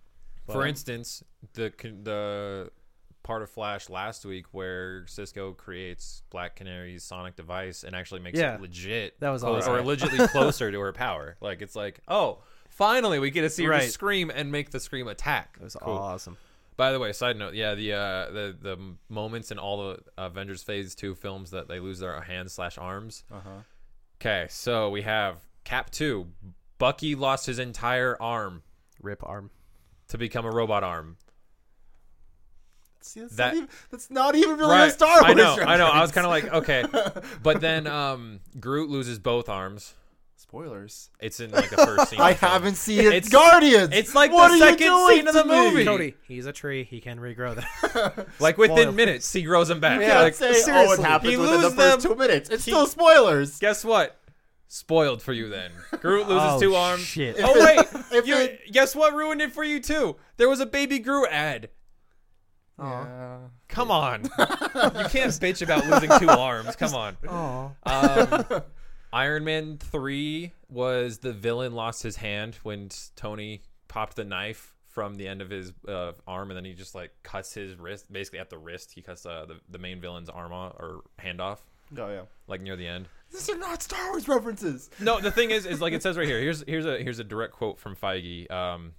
S1: For instance, the con- the part of Flash last week where Cisco creates Black Canary's sonic device and actually makes
S3: Yeah.
S1: it legit.
S3: That was
S1: close,
S3: awesome.
S1: or
S3: (laughs)
S1: legitly closer to her power. Like it's like oh. Finally, we get to see her
S3: Right.
S1: just scream and make the scream attack.
S3: It was awesome.
S1: By the way, side note, yeah, the uh, the the moments in all the Avengers Phase Two films that they lose their hands slash arms.
S2: Uh-huh.
S1: Okay, so we have Cap Two. Bucky lost his entire arm
S3: Rip arm.
S1: to become a robot arm.
S2: See, that's,
S1: That-
S2: not even, Oh, that's not even really a Star Wars.
S1: I know. I
S2: reference.
S1: know. I was kind of like, okay,
S2: (laughs)
S1: but then um, Groot loses both arms.
S2: Spoilers.
S1: It's in like the
S2: (laughs)
S1: first scene.
S2: I
S1: of the film.
S2: haven't seen it.
S1: It's-
S2: Guardians.
S1: It's like
S2: What are
S1: the
S2: you
S1: second
S2: doing
S1: scene of the
S2: to me?
S1: movie.
S3: Cody, he's a tree. He can regrow that.
S1: Like within
S3: Spoiled.
S1: minutes, he grows them back.
S2: Yeah,
S1: like,
S2: say, oh, it
S3: seriously.
S2: happens
S1: He
S2: within the
S1: lose
S2: first
S1: them.
S2: two minutes. It's
S1: He-
S2: still spoilers.
S1: guess what? Spoiled for you then. Groot (laughs)
S2: (laughs)
S1: loses
S3: Oh,
S1: two arms.
S3: shit.
S1: Oh wait,
S2: if
S1: you,
S2: it-
S1: guess what ruined it for you too? There was a baby Groot ad. Come on, you
S2: (laughs)
S1: can't bitch about losing two arms. Come on.
S3: Oh,
S2: (laughs)
S1: Um, Iron Man three was the villain lost his hand when Tony popped the knife from the end of his uh, arm, and then he just like cuts his wrist, basically at the wrist. He cuts uh, the the main villain's arm off, or hand off.
S2: Oh yeah.
S1: like near the end.
S2: These are not Star Wars references.
S1: No, the thing is, is like it says right here. Here's here's a here's a direct quote from Feige. Um,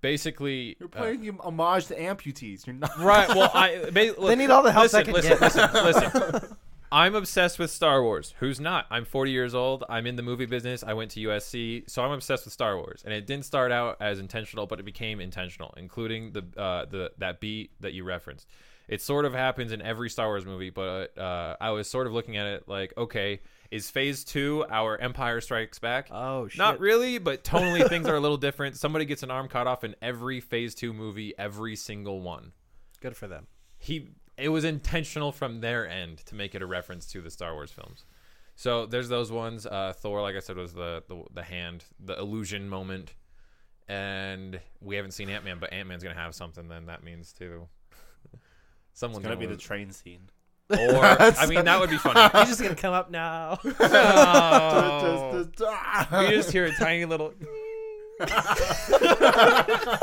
S1: basically,
S2: You're
S1: uh,
S2: playing him homage to amputees. You're not.
S1: right? Well,
S3: (laughs)
S1: I ba- look,
S3: They need all the help
S1: listen,
S3: they can
S1: listen, listen,
S3: (laughs)
S1: listen, I'm obsessed with Star Wars. Who's not? I'm 40 years old. I'm in the movie business. I went to USC, so I'm obsessed with Star Wars. And it didn't start out as intentional, but it became intentional, including the uh, the that beat that you referenced. It sort of happens in every Star Wars movie, but uh, I was sort of looking at it like, okay, is Phase Two our Empire Strikes Back?
S3: (laughs) Oh shit!
S1: Not really, but tonally things
S3: (laughs)
S1: are a little different. Somebody gets an arm cut off in every Phase Two movie, every single one
S3: Good for (laughs) them.
S1: he it was intentional from their end to make it a reference to the Star Wars films. So there's those ones. Uh, Thor, like I said, was the, the the hand, the illusion moment, and we haven't seen Ant Man, but Ant Man's gonna have something. Then that means too. (laughs) Someone's
S2: It's (laughs) gonna be the
S1: lose.
S2: train scene.
S1: or I mean that would be
S2: (laughs)
S1: funny. (laughs)
S3: He's just gonna come up now.
S1: (laughs) No.
S2: Just-
S1: You Oh. just hear a tiny little.
S3: (laughs)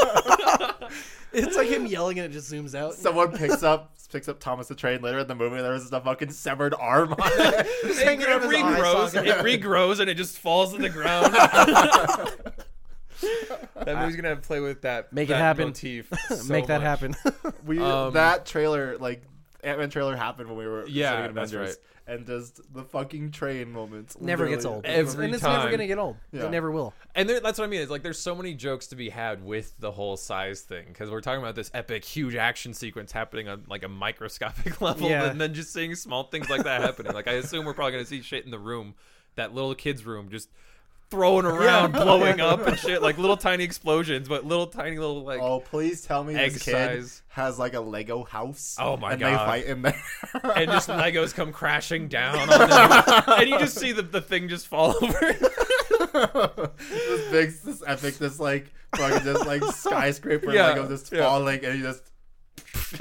S3: it's like him yelling and it just zooms out. (laughs)
S2: Someone picks up picks up Thomas the Train later in the movie. There was just a fucking severed arm on
S1: (laughs)
S2: it.
S1: It,
S3: hanging out of his eye
S1: regrows.
S3: socket.
S1: It regrows and it just falls to the
S3: (laughs)
S1: ground. that movie's gonna have to play with that.
S3: Make it
S1: that
S3: happen. (laughs)
S1: Motif so
S3: Make that
S1: much.
S3: happen.
S1: (laughs)
S2: We
S1: Um,
S2: that trailer like Ant Man trailer happened when we were
S1: Yeah,
S2: studying
S1: that's
S2: Avengers, and just the fucking train moments
S3: never gets
S2: literally.
S3: old.
S1: Every
S3: and it's
S1: time.
S3: never gonna get old.
S2: Yeah.
S3: It never will.
S1: And there, that's what I mean. It's like there's so many jokes to be had with the whole size thing because we're talking about this epic, huge action sequence happening on like a microscopic (laughs) level,
S3: Yeah.
S1: and then just seeing small things like that happening. Like I assume we're probably gonna see shit in the room, that little kid's room, just throwing around,
S3: (laughs)
S1: blowing up and shit, like little tiny explosions, but little tiny little like.
S2: (laughs) Oh, please tell me
S1: Egg
S2: this kid
S1: size.
S2: has like a Lego house.
S1: Oh my
S2: and
S1: God.
S2: they fight in there.
S1: And
S2: (laughs)
S1: just Legos come crashing down on (laughs) them. and you just see the, the thing just fall (laughs) over.
S2: this big, this epic, this like fucking
S1: (laughs)
S2: just like skyscraper
S1: Yeah,
S2: Lego just
S1: yeah.
S2: falling, and you just.
S1: Tick.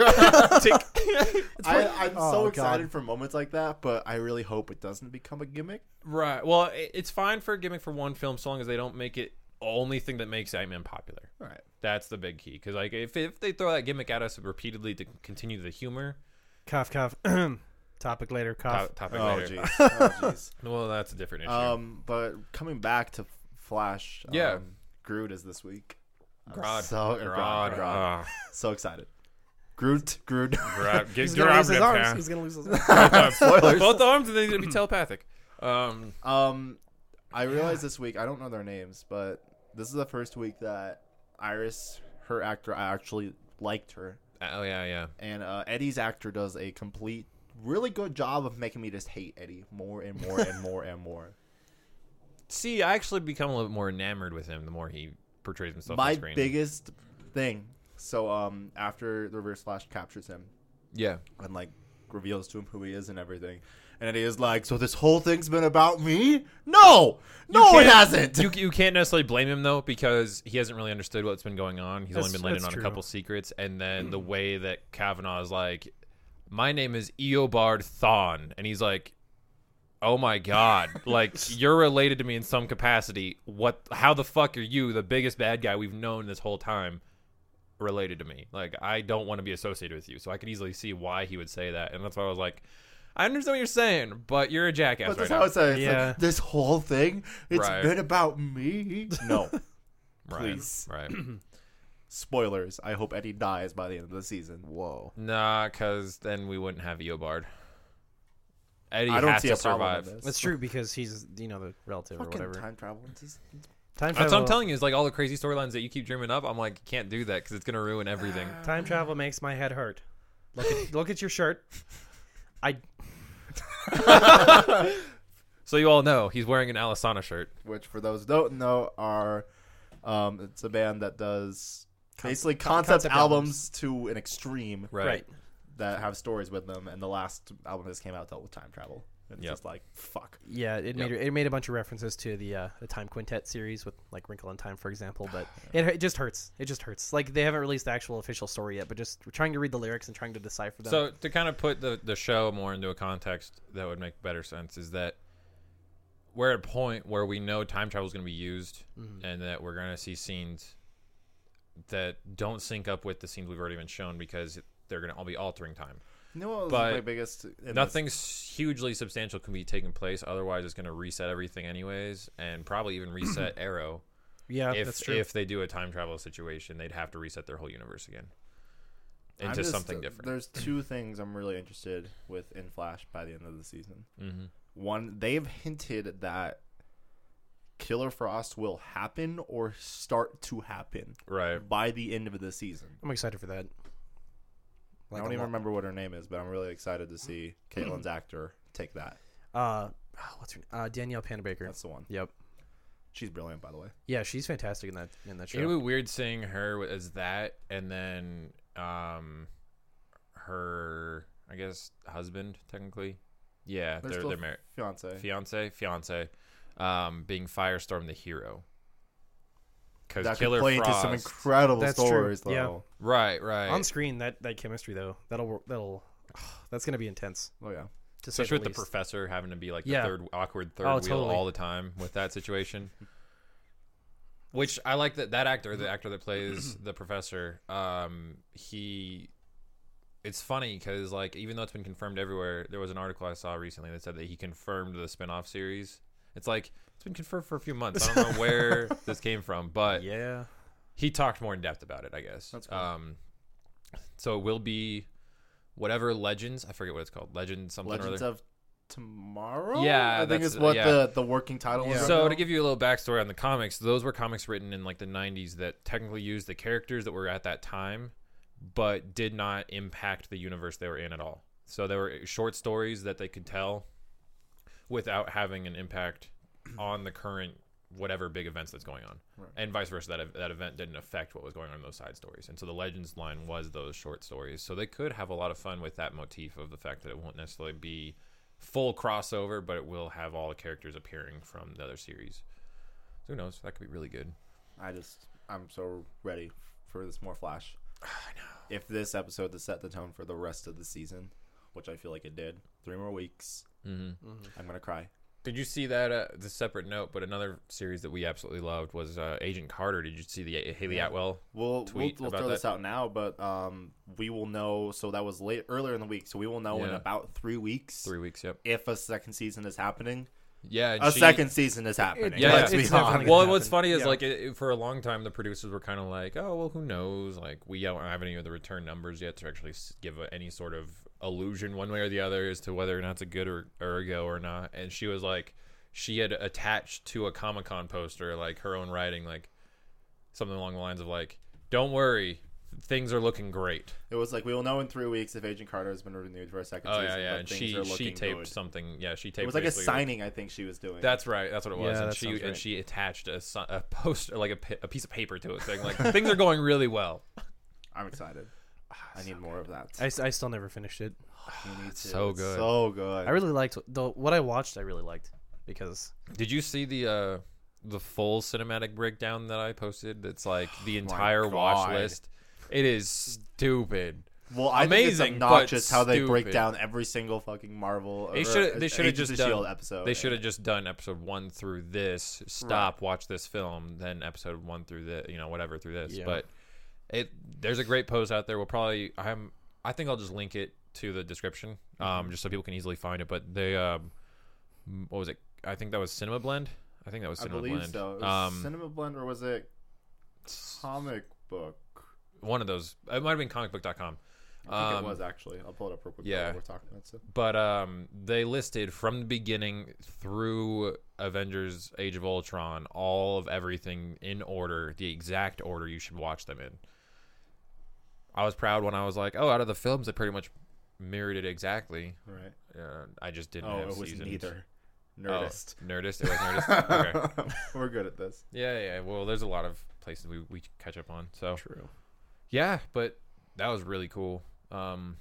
S2: I, I'm so
S3: Oh,
S2: excited
S3: God.
S2: for moments like that, but I really hope it doesn't become a gimmick.
S1: Right. Well, it, it's fine for a gimmick for one film, so long as they don't make it only thing that makes Ant Man popular.
S2: All right.
S1: That's the big key. Because like, if if they throw that gimmick at us repeatedly to continue the humor,
S3: Cough, cough. (clears throat) Topic later.
S1: to-
S3: Cough.
S1: topic
S2: Oh
S1: later.
S2: jeez.
S1: (laughs)
S2: Oh jeez.
S1: Well, that's a different issue.
S2: Um, but coming back to Flash, um,
S1: Yeah.
S2: Groot is this week. I'm
S1: Grodd.
S2: so Grodd, Grodd.
S1: Grodd. Uh.
S2: so excited. Groot,
S1: (laughs)
S2: Groot.
S1: Grodd. Get
S3: (laughs) He's gonna lose
S1: Grodd
S3: his
S1: ripped
S3: arms.
S1: down.
S3: He's gonna
S1: (laughs)
S3: lose his arms.
S2: Spoilers.
S1: Both arms, and they're gonna be telepathic.
S3: (laughs)
S1: Um,
S2: (laughs) Um, I realized this week I don't know their names, but this is the first week that Iris, her actor, I actually liked her,
S1: oh yeah, yeah.
S2: and uh, Eddie's actor does a complete, really good job of making me just hate Eddie more and more and more and
S1: (laughs)
S2: more.
S1: See, I actually become a little bit more enamored with him the more he portrays himself
S2: My
S1: on screen.
S2: biggest thing. So um, after the Reverse Flash captures him,
S1: yeah.
S2: and like reveals to him who he is and everything. And Eddie is like, "So this whole thing's been about me? No, no, it
S1: can't-
S2: hasn't."
S1: you, you can't necessarily blame him though because he hasn't really understood what's been going on. He's only
S3: That's-
S1: been letting
S3: that's
S1: on a
S3: true. Mm.
S1: couple secrets, and then the way that Kavanaugh is like, "My name is Eobard Thawne," and he's like, "Oh my
S3: (laughs)
S1: god, like you're related to me in some capacity. What? How the fuck are you, the biggest bad guy we've known this whole time?" related to me like i don't want to be associated with you so i could easily see why he would say that and that's why i was like i understand what you're saying but you're a jackass
S2: but
S1: right
S2: (laughs) that's
S1: now
S2: how it says.
S3: Yeah.
S2: this whole thing, it's
S1: Right.
S2: been about me.
S1: (laughs)
S2: No,
S1: Right,
S2: please.
S1: right
S2: spoilers. I hope Eddie dies by the end of the season.
S3: Whoa.
S1: Nah, because then we wouldn't have Eobard. Eddie
S2: I don't
S1: has
S2: see
S1: to
S2: a problem
S1: survive.
S2: with this.
S3: That's true because he's you know the relative or
S2: Fucking
S3: whatever.
S2: time travel. It's just-
S3: Time
S1: That's what I'm telling you. Is like all the crazy storylines that you keep dreaming up. I'm like, you can't do that because it's gonna ruin everything.
S2: (sighs)
S3: Time travel makes my head hurt. Look at look at your shirt. I
S1: So you all know he's wearing an Alisana shirt.
S2: Which, for those who don't know, are um, it's a band that does basically concept,
S3: concept
S2: albums to an extreme.
S1: Right.
S3: Right.
S2: that have stories with them, and the last album that came out dealt with time travel. And it's
S1: Yep.
S2: just like fuck.
S3: yeah, it made it made a bunch of references to the uh, the Time Quintet series with like Wrinkle in Time, for example.
S1: (sighs)
S3: But it, it just hurts. It just hurts. Like they haven't released the actual official story yet, but just trying to read the lyrics and trying to decipher them.
S1: So to kind of put the the show more into a context that would make better sense is that we're at a point where we know time travel is gonna be used,
S2: Mm-hmm.
S1: and that we're gonna see scenes that don't sync up with the scenes we've already been shown because they're gonna all be altering time.
S2: No, what was
S1: But
S2: my biggest. in this?
S1: Nothing s- hugely substantial can be taking place. Otherwise, it's going to reset everything, anyways, and probably even
S2: (clears throat)
S1: reset Arrow.
S3: Yeah,
S1: if
S3: that's true.
S1: if they do a time travel situation, they'd have to reset their whole universe again
S2: I'm
S1: into
S2: just-
S1: something different.
S2: There's two (clears throat) things I'm really interested with in Flash by the end of the season.
S1: Mm-hmm.
S2: One, they've hinted that Killer Frost will happen or start to happen
S1: Right.
S2: by the end of the season.
S3: I'm excited for that.
S2: I
S3: Like
S2: don't
S3: a
S2: even
S3: lot.
S2: remember what her name is, but I'm really excited to
S3: (clears throat)
S2: see Caitlin's actor take that.
S3: Uh, oh, what's her name? Uh, Danielle Panabaker.
S2: That's the one.
S3: yep.
S2: She's brilliant, by the way.
S3: Yeah, she's fantastic in that in that
S1: It
S3: show.
S1: would be weird seeing her as that, and then um, her I guess husband technically. Yeah,
S2: They're
S1: they're
S2: still
S1: they're married.
S2: Fiance.
S1: Fiance, fiance, um, being Firestorm the hero. Because
S2: That
S1: Killer
S2: could play into
S1: Frost.
S2: some incredible
S3: That's true,
S2: stories,
S3: yeah.
S2: though.
S1: right, right.
S3: On screen, that that chemistry though, that'll wor- that'll (sighs) that's gonna be intense.
S2: Oh yeah.
S3: To say
S1: Especially with
S3: the
S1: the
S3: least.
S1: professor having to be like the
S3: Yeah.
S1: third awkward third
S3: Oh,
S1: wheel
S3: totally.
S1: all the time with that situation. Which I like that that actor, the actor that
S3: (clears throat)
S1: plays the professor, um, he. It's funny because like even though it's been confirmed everywhere, there was an article I saw recently that said that he confirmed the spin-off series. It's like it's been confirmed for a few months. I don't know
S3: (laughs)
S1: where this came from, but
S3: yeah,
S1: he talked more in depth about it, I guess.
S2: That's cool.
S1: Um, so it will be whatever legends. I forget what it's called. Legend something or
S2: Legends
S1: other.
S2: of Tomorrow.
S1: Yeah,
S2: I think
S1: that's-
S2: it's what
S1: yeah.
S2: the the working title is. right
S1: So
S2: now.
S1: to give you a little backstory on the comics, those were comics written in like the '90s that technically used the characters that were at that time, but did not impact the universe they were in at all. So there were short stories that they could tell without having an impact on the current whatever big events that's going on,
S2: Right.
S1: and vice versa. That ev- that event didn't affect what was going on in those side stories, and so the Legends line was those short stories. So they could have a lot of fun with that motif of the fact that it won't necessarily be full crossover, but it will have all the characters appearing from the other series. So who knows? That could be really good.
S2: I just I'm so ready for this more Flash. (sighs) I know. If this episode to set the tone for the rest of the season, which I feel like it did, three more weeks,
S1: Mm-hmm.
S2: I'm gonna cry.
S1: Did you see that? Uh, the separate note, but another series that we absolutely loved was uh, Agent Carter. Did you see the uh, Haley Atwell?
S2: We'll
S1: Tweet
S2: we'll, we'll
S1: about
S2: throw
S1: that.
S2: this out now, but um, we will know. So that was late earlier in the week, so we will know in
S1: Yeah.
S2: about three weeks
S1: Three weeks. Yep.
S2: if a second season is happening.
S1: Yeah. and
S2: A
S1: she-
S2: second season is happening.
S1: Yeah,
S2: Let's
S3: it's
S2: be
S3: not
S2: honest.
S3: gonna
S1: Well, what's
S3: happen.
S1: funny is
S3: Yeah.
S1: like it, it- for a long time the producers were kind of like, oh well, who knows? Like we don't have any of the return numbers yet to actually s- give a, any sort of illusion one way or the other as to whether or not it's a good or, or a go or not. And she was like, she had attached to a Comic Con poster like her own writing, like something along the lines of like, don't worry, things are looking great.
S2: It was like we will know in three weeks if Agent Carter has been renewed for a second
S1: Oh
S2: season.
S1: yeah, yeah.
S2: but
S1: And
S2: things
S1: she
S2: are looking
S1: she taped
S2: good.
S1: something. Yeah, she taped.
S2: It was like a
S1: basically-
S2: signing, I think she was doing.
S1: That's right. That's what it was.
S3: Yeah,
S1: and
S3: that
S1: she
S3: sounds
S1: and
S3: right.
S1: she attached a, si- a poster, like a, pi- a piece of paper to it, saying like things are going really well. (sighs)
S2: I'm excited. I need more of that. (sighs)
S3: I, s- I still never finished it.
S1: (sighs)
S2: You need to.
S1: so
S2: It's
S1: good.
S2: So good.
S3: I really liked the what I watched. I really liked because
S1: Did you see the uh, the full cinematic breakdown that I posted? That's like the
S3: Oh
S2: my
S1: entire watch
S2: God.
S1: list. It is stupid.
S2: well, I
S1: amazing,
S2: think it's
S1: but
S2: obnoxious how they break
S1: stupid.
S2: down every single fucking Marvel.
S1: They
S2: or-
S1: should they
S2: uh,
S1: should have
S2: Agents
S1: just
S2: of
S1: done
S2: Shield episode.
S1: They should have just done episode one through this. Stop. Watch this film. Then episode one through the you know whatever through this.
S3: Yeah.
S1: But it there's a great post out there. We'll probably I'm I think I'll just link it to the description,
S2: Mm-hmm.
S1: um, just so people can easily find it. But they um, m- what was it? I think that was Cinema Blend. I think that was
S2: I
S1: Cinema
S2: believe
S1: Blend.
S2: so. It was
S1: um,
S2: Cinema Blend or was it comic book?
S1: one of those. It might have been comicbook.com.
S2: I think
S1: Um,
S2: it was actually. I'll pull it up real quick.
S1: yeah.
S2: while we're talking about stuff.
S1: but um, they listed from the beginning through Avengers: Age of Ultron all of everything in order, the exact order you should watch them in. I was proud when I was like, "Oh, out of the films, they pretty much mirrored it exactly."
S2: Right.
S1: Uh, I just didn't.
S2: Oh,
S1: have
S2: it was
S1: seasons.
S2: neither.
S1: Oh,
S2: Nerdist.
S1: Nerdist. It was
S2: (laughs)
S1: Nerdist. Oh, okay.
S2: we're good at this.
S1: Yeah, yeah. Well, there's a lot of places we we catch up on. So
S3: true.
S1: yeah, but that was really cool. Um,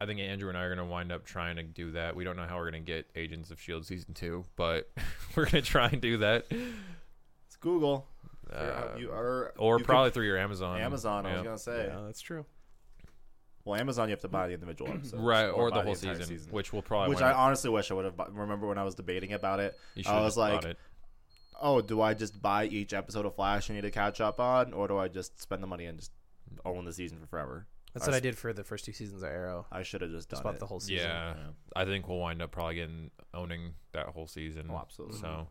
S1: I think Andrew and I are gonna wind up trying to do that. We don't know how we're gonna get Agents of Shield E season two, but (laughs) we're gonna try and do that.
S2: It's Google. Figure out
S1: Uh,
S2: you are,
S1: or
S2: you can-
S1: probably through your Amazon,
S2: Amazon. I
S1: yeah.
S2: was gonna say.
S3: Yeah, that's true.
S2: Well, Amazon, you have to buy the individual episodes,
S1: right, or,
S2: buy
S1: the whole
S2: entire
S1: season, which we'll probably
S2: which
S1: wind
S2: I
S1: up-
S2: honestly wish I would have. bu- Remember when I was debating about it?
S1: you should've
S2: I
S1: just
S2: was
S1: bought
S2: like,
S1: it.
S2: oh, do I just buy each episode of Flash I need to catch up on, or do I just spend the money and just own the season for forever?
S3: That's what I did for the first two seasons of Arrow.
S2: I should have just done
S3: Just bought
S2: it.
S3: the whole season.
S1: Yeah,
S2: Yeah.
S1: I think we'll wind up probably getting owning that whole season.
S2: Oh, absolutely.
S1: Mm, So,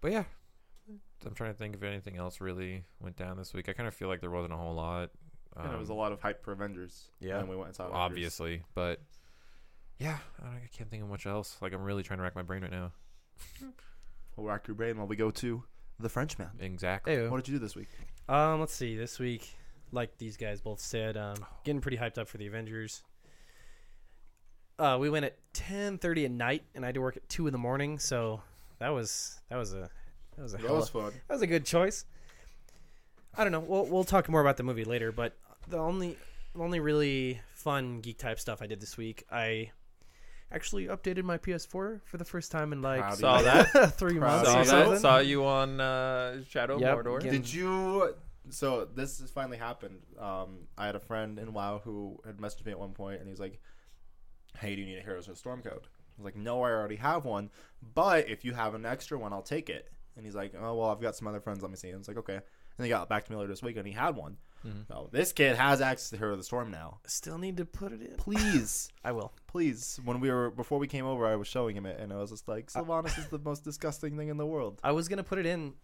S1: but yeah, I'm trying to think if anything else really went down this week. I kind of feel like there wasn't a whole lot. um,
S2: and it was a lot of hype for Avengers.
S3: Yeah.
S2: and we went and saw Avengers.
S1: obviously, but yeah, I, don't, I can't think of much else. Like I'm really trying to rack my brain right now.
S2: We'll rock your brain while we go to the Frenchman.
S1: Exactly.
S3: Ew.
S2: What did you do this week?
S3: Um, let's see. This week, like these guys both said, um, getting pretty hyped up for the Avengers. Uh, we went at ten thirty at night, and I had to work at two in the morning. So that was that was a that was a hell of-
S2: fun.
S3: that was a good choice. I don't know. We'll we'll talk more about the movie later, but the only the only really fun geek type stuff I did this week, I actually updated my PS4 for the first time in like
S2: Proud
S1: Saw that.
S3: (laughs) three
S2: Proud of
S3: months
S1: Saw
S3: or
S2: you.
S1: that.
S3: something.
S1: Saw you on uh, Shadow
S3: Yep.
S1: of Mordor.
S3: Get-
S2: Did you? So this has finally happened. Um, I had a friend in WoW who had messaged me at one point, and he's like, "Hey, do you need a Heroes of the Storm code?" I was like, "No, I already have one, but if you have an extra one, I'll take it." And he's like, "Oh well, I've got some other friends. Let me see." And I was like, "Okay." And he got back to me later this week, and he had one. So this kid has access to Hero of the Storm now.
S3: Still need to put it in.
S2: Please, (laughs)
S3: I will.
S2: please. When we were before we came over, I was showing him it, and I was just like, "Sylvanas is the most disgusting thing in the world."
S3: I was gonna put it in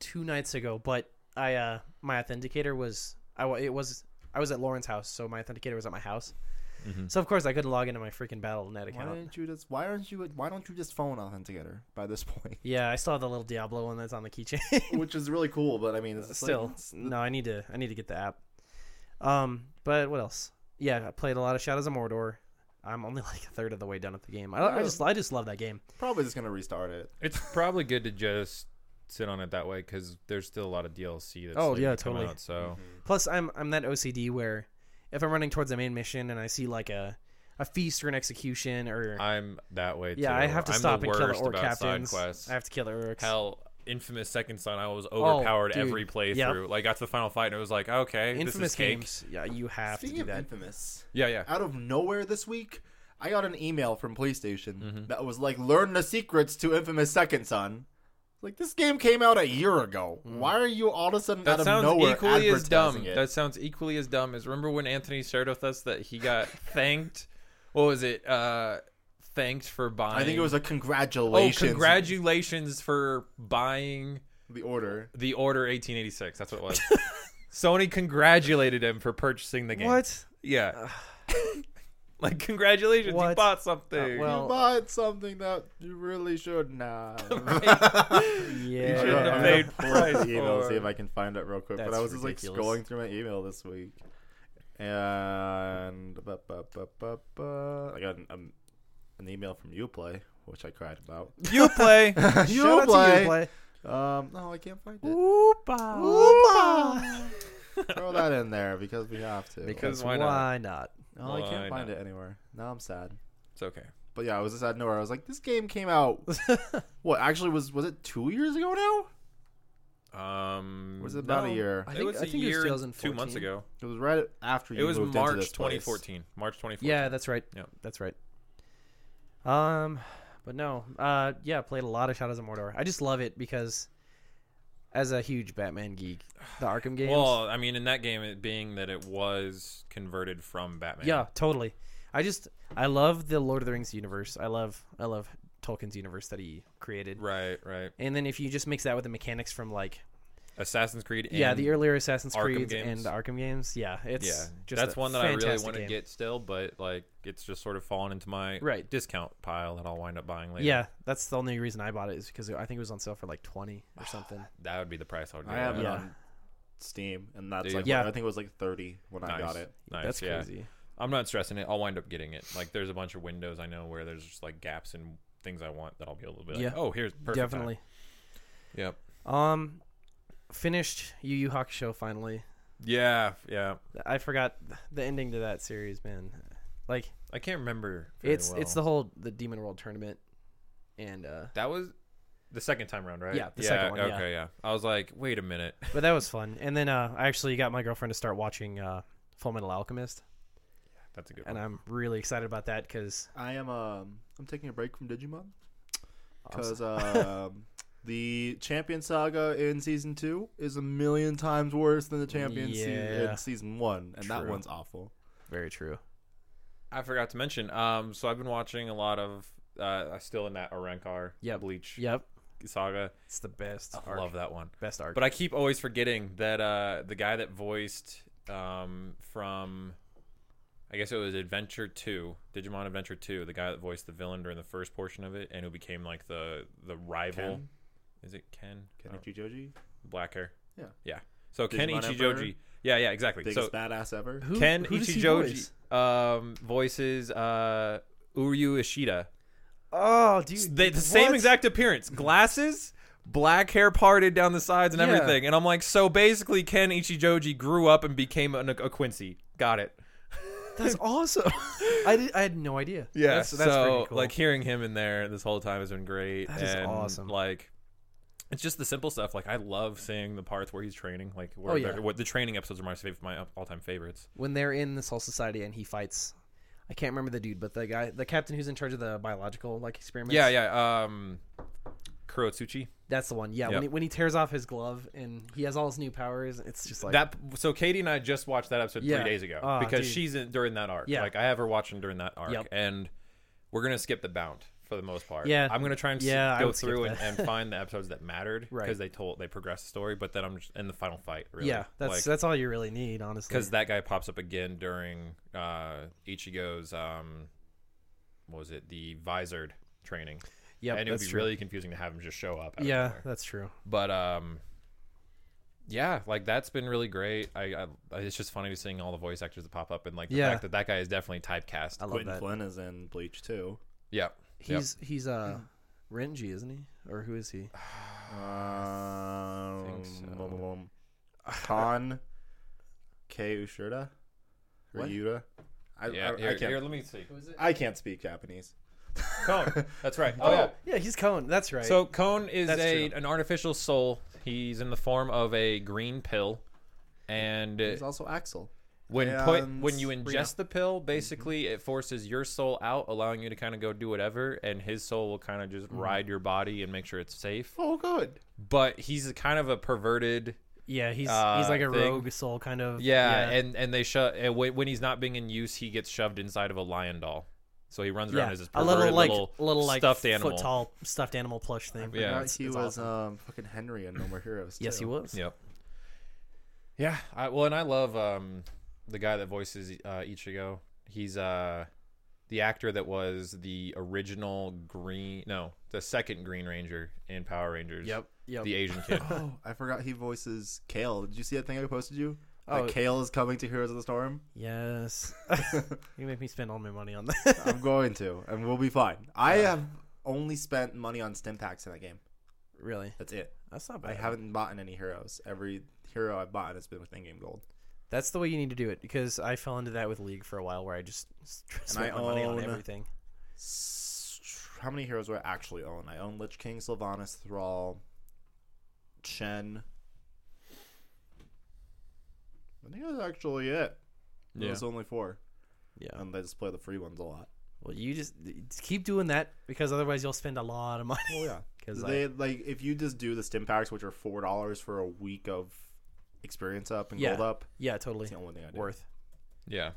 S3: two nights ago, but I uh, my authenticator was I wa- it was I was at Lauren's house, so my authenticator was at my house. So of course I couldn't log into my freaking BattleNet
S2: Why
S3: account.
S2: aren't you just? Why aren't you? Why don't you just phone authenticator by this (laughs) point?
S3: Yeah, I still have the little Diablo one that's on the (laughs) keychain.
S2: which is really cool. But I mean, it's just like-
S3: still, no, I need to I need to get the app. Um, but what else? Yeah, I played a lot of Shadows of Mordor. I'm only (laughs) like a third of the way done with the game. I, I just I just love that game.
S2: probably just gonna restart it.
S1: It's probably good to just sit on it that way because there's still a lot of DLC that's
S3: Oh,
S1: like,
S3: yeah,
S1: coming
S3: totally.
S1: out, so
S3: Plus, I'm I'm that OCD where if I'm running towards a main mission and I see like a a feast or an execution or
S1: I'm that way.
S3: yeah,
S1: too.
S3: I have to
S1: I'm
S3: stop
S1: the
S3: and kill the
S1: worst
S3: orc
S1: about
S3: captains.
S1: Side quests.
S3: I have to kill the orcs.
S1: Hell, infamous Second Son. I was overpowered
S3: dude.
S1: every playthrough. Like got to the final fight and it was like, okay, this
S3: Infamous
S1: is cake.
S3: games, yeah, you have
S2: Speaking
S3: to do
S2: of
S3: that.
S2: infamous,
S1: Yeah, yeah.
S2: out of nowhere this week, I got an email from PlayStation
S3: Mm-hmm.
S2: that was like, "Learn the secrets to Infamous Second Son." Like this game came out a year ago. Why are you all of a sudden out
S1: That
S2: of
S1: sounds
S2: nowhere
S1: equally as dumb.
S2: advertising it?
S1: That sounds equally as dumb as remember when Anthony shared with us that he
S2: (laughs)
S1: got thanked. What was it? Uh, thanked for buying.
S2: I think it was a
S1: oh,
S2: congratulations.
S1: congratulations for buying
S2: the order.
S1: the Order 1886. That's what it was. (laughs) Sony congratulated him for purchasing the game.
S3: What?
S1: Yeah. (laughs) like congratulations, you
S3: What?
S1: bought something.
S3: Uh, well-
S1: (laughs)
S2: You bought something that you really should
S3: (laughs)
S2: not.
S1: You
S3: Yeah,
S1: shouldn't
S2: Yeah,
S1: have
S2: I
S1: paid
S2: have
S1: for
S2: pulled
S1: it.
S2: the email. See if
S1: Or-
S2: I can find it real quick. but
S3: That's
S2: I was just like
S3: ridiculous.
S2: scrolling through my email this week, and ba, ba, ba, ba, ba. I got an, um, an email from UPlay, which I cried
S1: (laughs)
S2: about.
S1: you
S2: (laughs)
S1: play.
S3: Shout out to you,
S2: UPlay.
S3: play.
S2: Um, no, I can't find it.
S3: Oopa,
S2: Throw that in there because we have to.
S1: Because
S3: Why
S1: why
S3: not?
S1: not?
S2: no, I
S1: Why
S2: can't find
S1: not?
S2: it anywhere. Now I'm sad.
S1: It's okay.
S2: But yeah, I was just out of nowhere. I was like, this game came out.
S3: (laughs)
S2: what actually was was it two years ago now?
S1: Um,
S2: Was it about a
S1: no.
S2: year?
S3: I
S1: It
S3: think-
S1: was
S3: I
S1: a
S3: think it was
S1: year and two
S3: 2014.
S1: months ago.
S2: It was right after you
S1: It was
S2: moved into
S1: March
S2: this place.
S1: 2014. March 2014.
S3: Yeah, that's right.
S1: Yep.
S3: That's right. Um, but no, uh, yeah, played a lot of Shadows of Mordor. I just love it because, as a huge Batman geek,
S1: (sighs)
S3: the Arkham games.
S1: Well, I mean, in that game, it being that it was converted from Batman.
S3: Yeah, totally. I just I love the Lord of the Rings universe. I love I love Tolkien's universe that he created.
S1: Right. Right.
S3: And then if you just mix that with the mechanics from like
S1: Assassin's Creed. And,
S3: yeah the earlier Assassin's
S1: Arkham
S3: Creed and
S1: games.
S3: the Arkham games, yeah, it's
S1: Yeah.
S3: just
S1: that's
S3: a
S1: one that I really
S3: fantastic
S1: want to
S3: game.
S1: get still, but like, it's just sort of fallen into my
S3: Right.
S1: discount pile that I'll wind up buying later.
S3: Yeah, that's the only reason I bought it is because I think it was on sale for like twenty or something.
S1: That would be the price I would.
S2: I
S1: give
S2: have
S1: it.
S2: it
S3: Yeah.
S2: on Steam, and that's
S1: Do you?
S2: like
S3: Yeah.
S2: I think it was like thirty when I got it.
S1: (sighs) Nice.
S3: that's
S1: yeah.
S3: crazy.
S1: I'm not stressing it. I'll wind up getting it. Like there's a bunch of windows I know where there's just like gaps in things I want that I'll be able to be like,
S3: Yeah.
S1: oh, here's perfect. time."
S3: Definitely.
S1: Yep.
S3: Um, finished Yu Yu Hakusho finally.
S1: Yeah. Yeah.
S3: I forgot the ending to that series, man. Like
S1: I can't remember. very
S3: it's it's the
S1: well.
S3: whole the Demon World tournament, and uh,
S1: that was the second time around, right?
S3: Yeah, the second one, yeah.
S1: Okay. Yeah. I was like, wait a minute. (laughs)
S3: but that was fun. And then uh, I actually got my girlfriend to start watching uh, Full Metal Alchemist,
S1: That's a good
S3: and
S1: one.
S3: I'm really excited about that because
S2: I am um I'm taking a break from Digimon
S3: Awesome.
S2: because um (laughs) The Champion Saga in season two is a million times worse than the Champion se-
S3: Yeah.
S2: in season one, and that
S4: True.
S2: one's awful.
S4: Very true.
S1: I forgot to mention. Um, so I've been watching a lot of. Uh, I'm still in that Arankar
S4: Yep.
S1: Bleach
S4: Yep.
S1: saga.
S4: It's the best
S1: I
S4: arc.
S1: love that one.
S4: Best arc.
S1: But I keep always forgetting that uh, the guy that voiced um, from, I guess it was Adventure Two, Digimon Adventure Two, the guy that voiced the villain during the first portion of it, and who became like the the rival.
S2: Ken?
S1: Is it Ken?
S2: Ken
S1: I don't-
S2: Ichijoji,
S1: Black hair.
S2: Yeah.
S1: Yeah. So Ken
S2: Digimon Emperor?
S1: Ichijoji. Yeah, yeah, exactly.
S2: biggest
S1: so
S2: badass ever.
S3: Who-
S1: Ken
S3: who does he
S1: Ichijoji
S3: voice?
S1: um, voices uh, Uryu Ishida.
S3: Oh, dude,
S1: S- They, the same
S3: what?
S1: exact appearance, glasses, black hair parted down the sides and
S3: Yeah.
S1: everything. And I'm like, so basically, Ken Ichijoji grew up and became an, a Quincy. Got it. (laughs)
S3: That's awesome. I did, I had no idea. that's, that's
S1: so
S3: freaking cool.
S1: like hearing him in there this whole time has been great.
S3: That is
S1: and,
S3: awesome.
S1: Like. It's just the simple stuff. Like I love seeing the parts where he's training. Like where
S3: Oh, yeah.
S1: they're- what the training episodes are my fav- my all-time favorites.
S3: when they're in this whole society and he fights, I can't remember the dude, but the guy, the captain who's in charge of the biological like experiments.
S1: Yeah, yeah. Um, Kurotsuchi.
S3: That's the one. Yeah,
S1: Yep.
S3: when, he, when he tears off his glove and he has all his new powers, it's just like
S1: that. So Katie and I just watched that episode
S3: Yeah.
S1: three days ago
S3: Ah,
S1: because
S3: dude.
S1: she's in during that arc.
S3: Yeah.
S1: Like I have her watching during that arc,
S3: Yep.
S1: and we're gonna skip the bound for the most part.
S3: Yeah.
S1: I'm gonna try and s-
S3: Yeah, I
S1: go
S3: would skip
S1: through and,
S3: that. (laughs)
S1: and find the episodes that mattered because
S3: Right.
S1: they told they progressed the story. But then I'm just in the final fight. Really.
S3: yeah, that's
S1: like,
S3: that's all you really need, honestly.
S1: because that guy pops up again during uh, Ichigo's um, what was it the visored training.
S3: Yep,
S1: and it would
S3: that's
S1: be
S3: true.
S1: really confusing to have him just show up. out of
S3: yeah,
S1: nowhere
S3: that's true.
S1: but um yeah like that's been really great I, I it's just funny seeing all the voice actors that pop up and like the
S3: Yeah.
S1: fact that that guy is definitely typecast
S3: I love
S2: Quentin
S3: that.
S2: Flynn is in Bleach (sighs) too.
S1: yeah
S3: He's he's uh Renji, isn't he? Or who is he?
S2: Um,
S1: think so.
S2: blah, blah, blah. Con K Ushida or
S3: What?
S2: Yuta. I,
S1: yeah
S2: I, I
S1: here,
S2: can't.
S1: here, let me see
S2: I can't speak Japanese.
S1: cone that's right oh, yeah
S3: Yeah, he's Cohen. That's right.
S1: so cone is
S3: That's
S1: a
S3: true.
S1: an artificial soul he's in the form of a green pill and
S2: He's also Axel.
S1: when put
S2: and
S1: when you ingest
S2: Sabrina.
S1: the pill basically it forces your soul out allowing you to kind of go do whatever and his soul will kind of just ride your body and make sure it's safe
S2: Oh, good.
S1: but he's a kind of a perverted
S3: yeah, he's
S1: uh,
S3: he's like a
S1: thing.
S3: rogue soul kind of.
S1: Yeah, and and they shove when, when he's not being in use, he gets shoved inside of a lion doll. So he runs around
S3: yeah.
S1: as this
S3: a
S1: perverted
S3: little like
S1: little,
S3: little like
S1: stuffed
S3: foot
S1: animal.
S3: tall stuffed animal plush thing.
S1: Yeah.
S2: Yeah,
S1: it's-
S2: he
S3: it's
S2: was um, fucking Henry in No More Heroes.
S3: Yes, he
S2: too.
S3: was.
S1: Yep. Yeah. I, well, and I love um the guy that voices uh, Ichigo. He's uh the actor that was the original Green, no, the second Green Ranger in Power Rangers.
S3: Yep. Yep.
S1: The Asian
S3: (laughs)
S1: kid.
S2: Oh, I forgot he voices Kale. Did you see that thing I posted you?
S3: Oh.
S2: That Kale is coming to Heroes of the Storm. (laughs)
S3: Yes. you make me spend all my money on that.
S2: I'm going to, and we'll be fine. I have only spent money on stim packs in that game.
S3: really?
S2: That's it.
S3: That's not
S2: I
S3: bad.
S2: haven't bought any heroes. Every hero I've bought has been with in-game gold.
S3: That's the way you need to do it because I fell into that with League for a while where I just s- spent
S2: I
S3: my money on
S2: own-
S3: everything.
S2: How many heroes do I actually own? I own Lich King, Sylvanas, Thrall, Chen. I think that's actually it.
S1: Yeah.
S2: There's only four,
S3: Yeah.
S2: and I just play the free ones a lot.
S3: Well, you just, just keep doing that because otherwise you'll spend a lot of money.
S2: Oh yeah,
S3: (laughs) 'Cause
S2: they like if you just do the stim packs, which are four dollars for a week of experience up and
S3: Yeah.
S2: gold up.
S3: Yeah, totally
S2: It's the only thing I do.
S3: worth.
S1: yeah.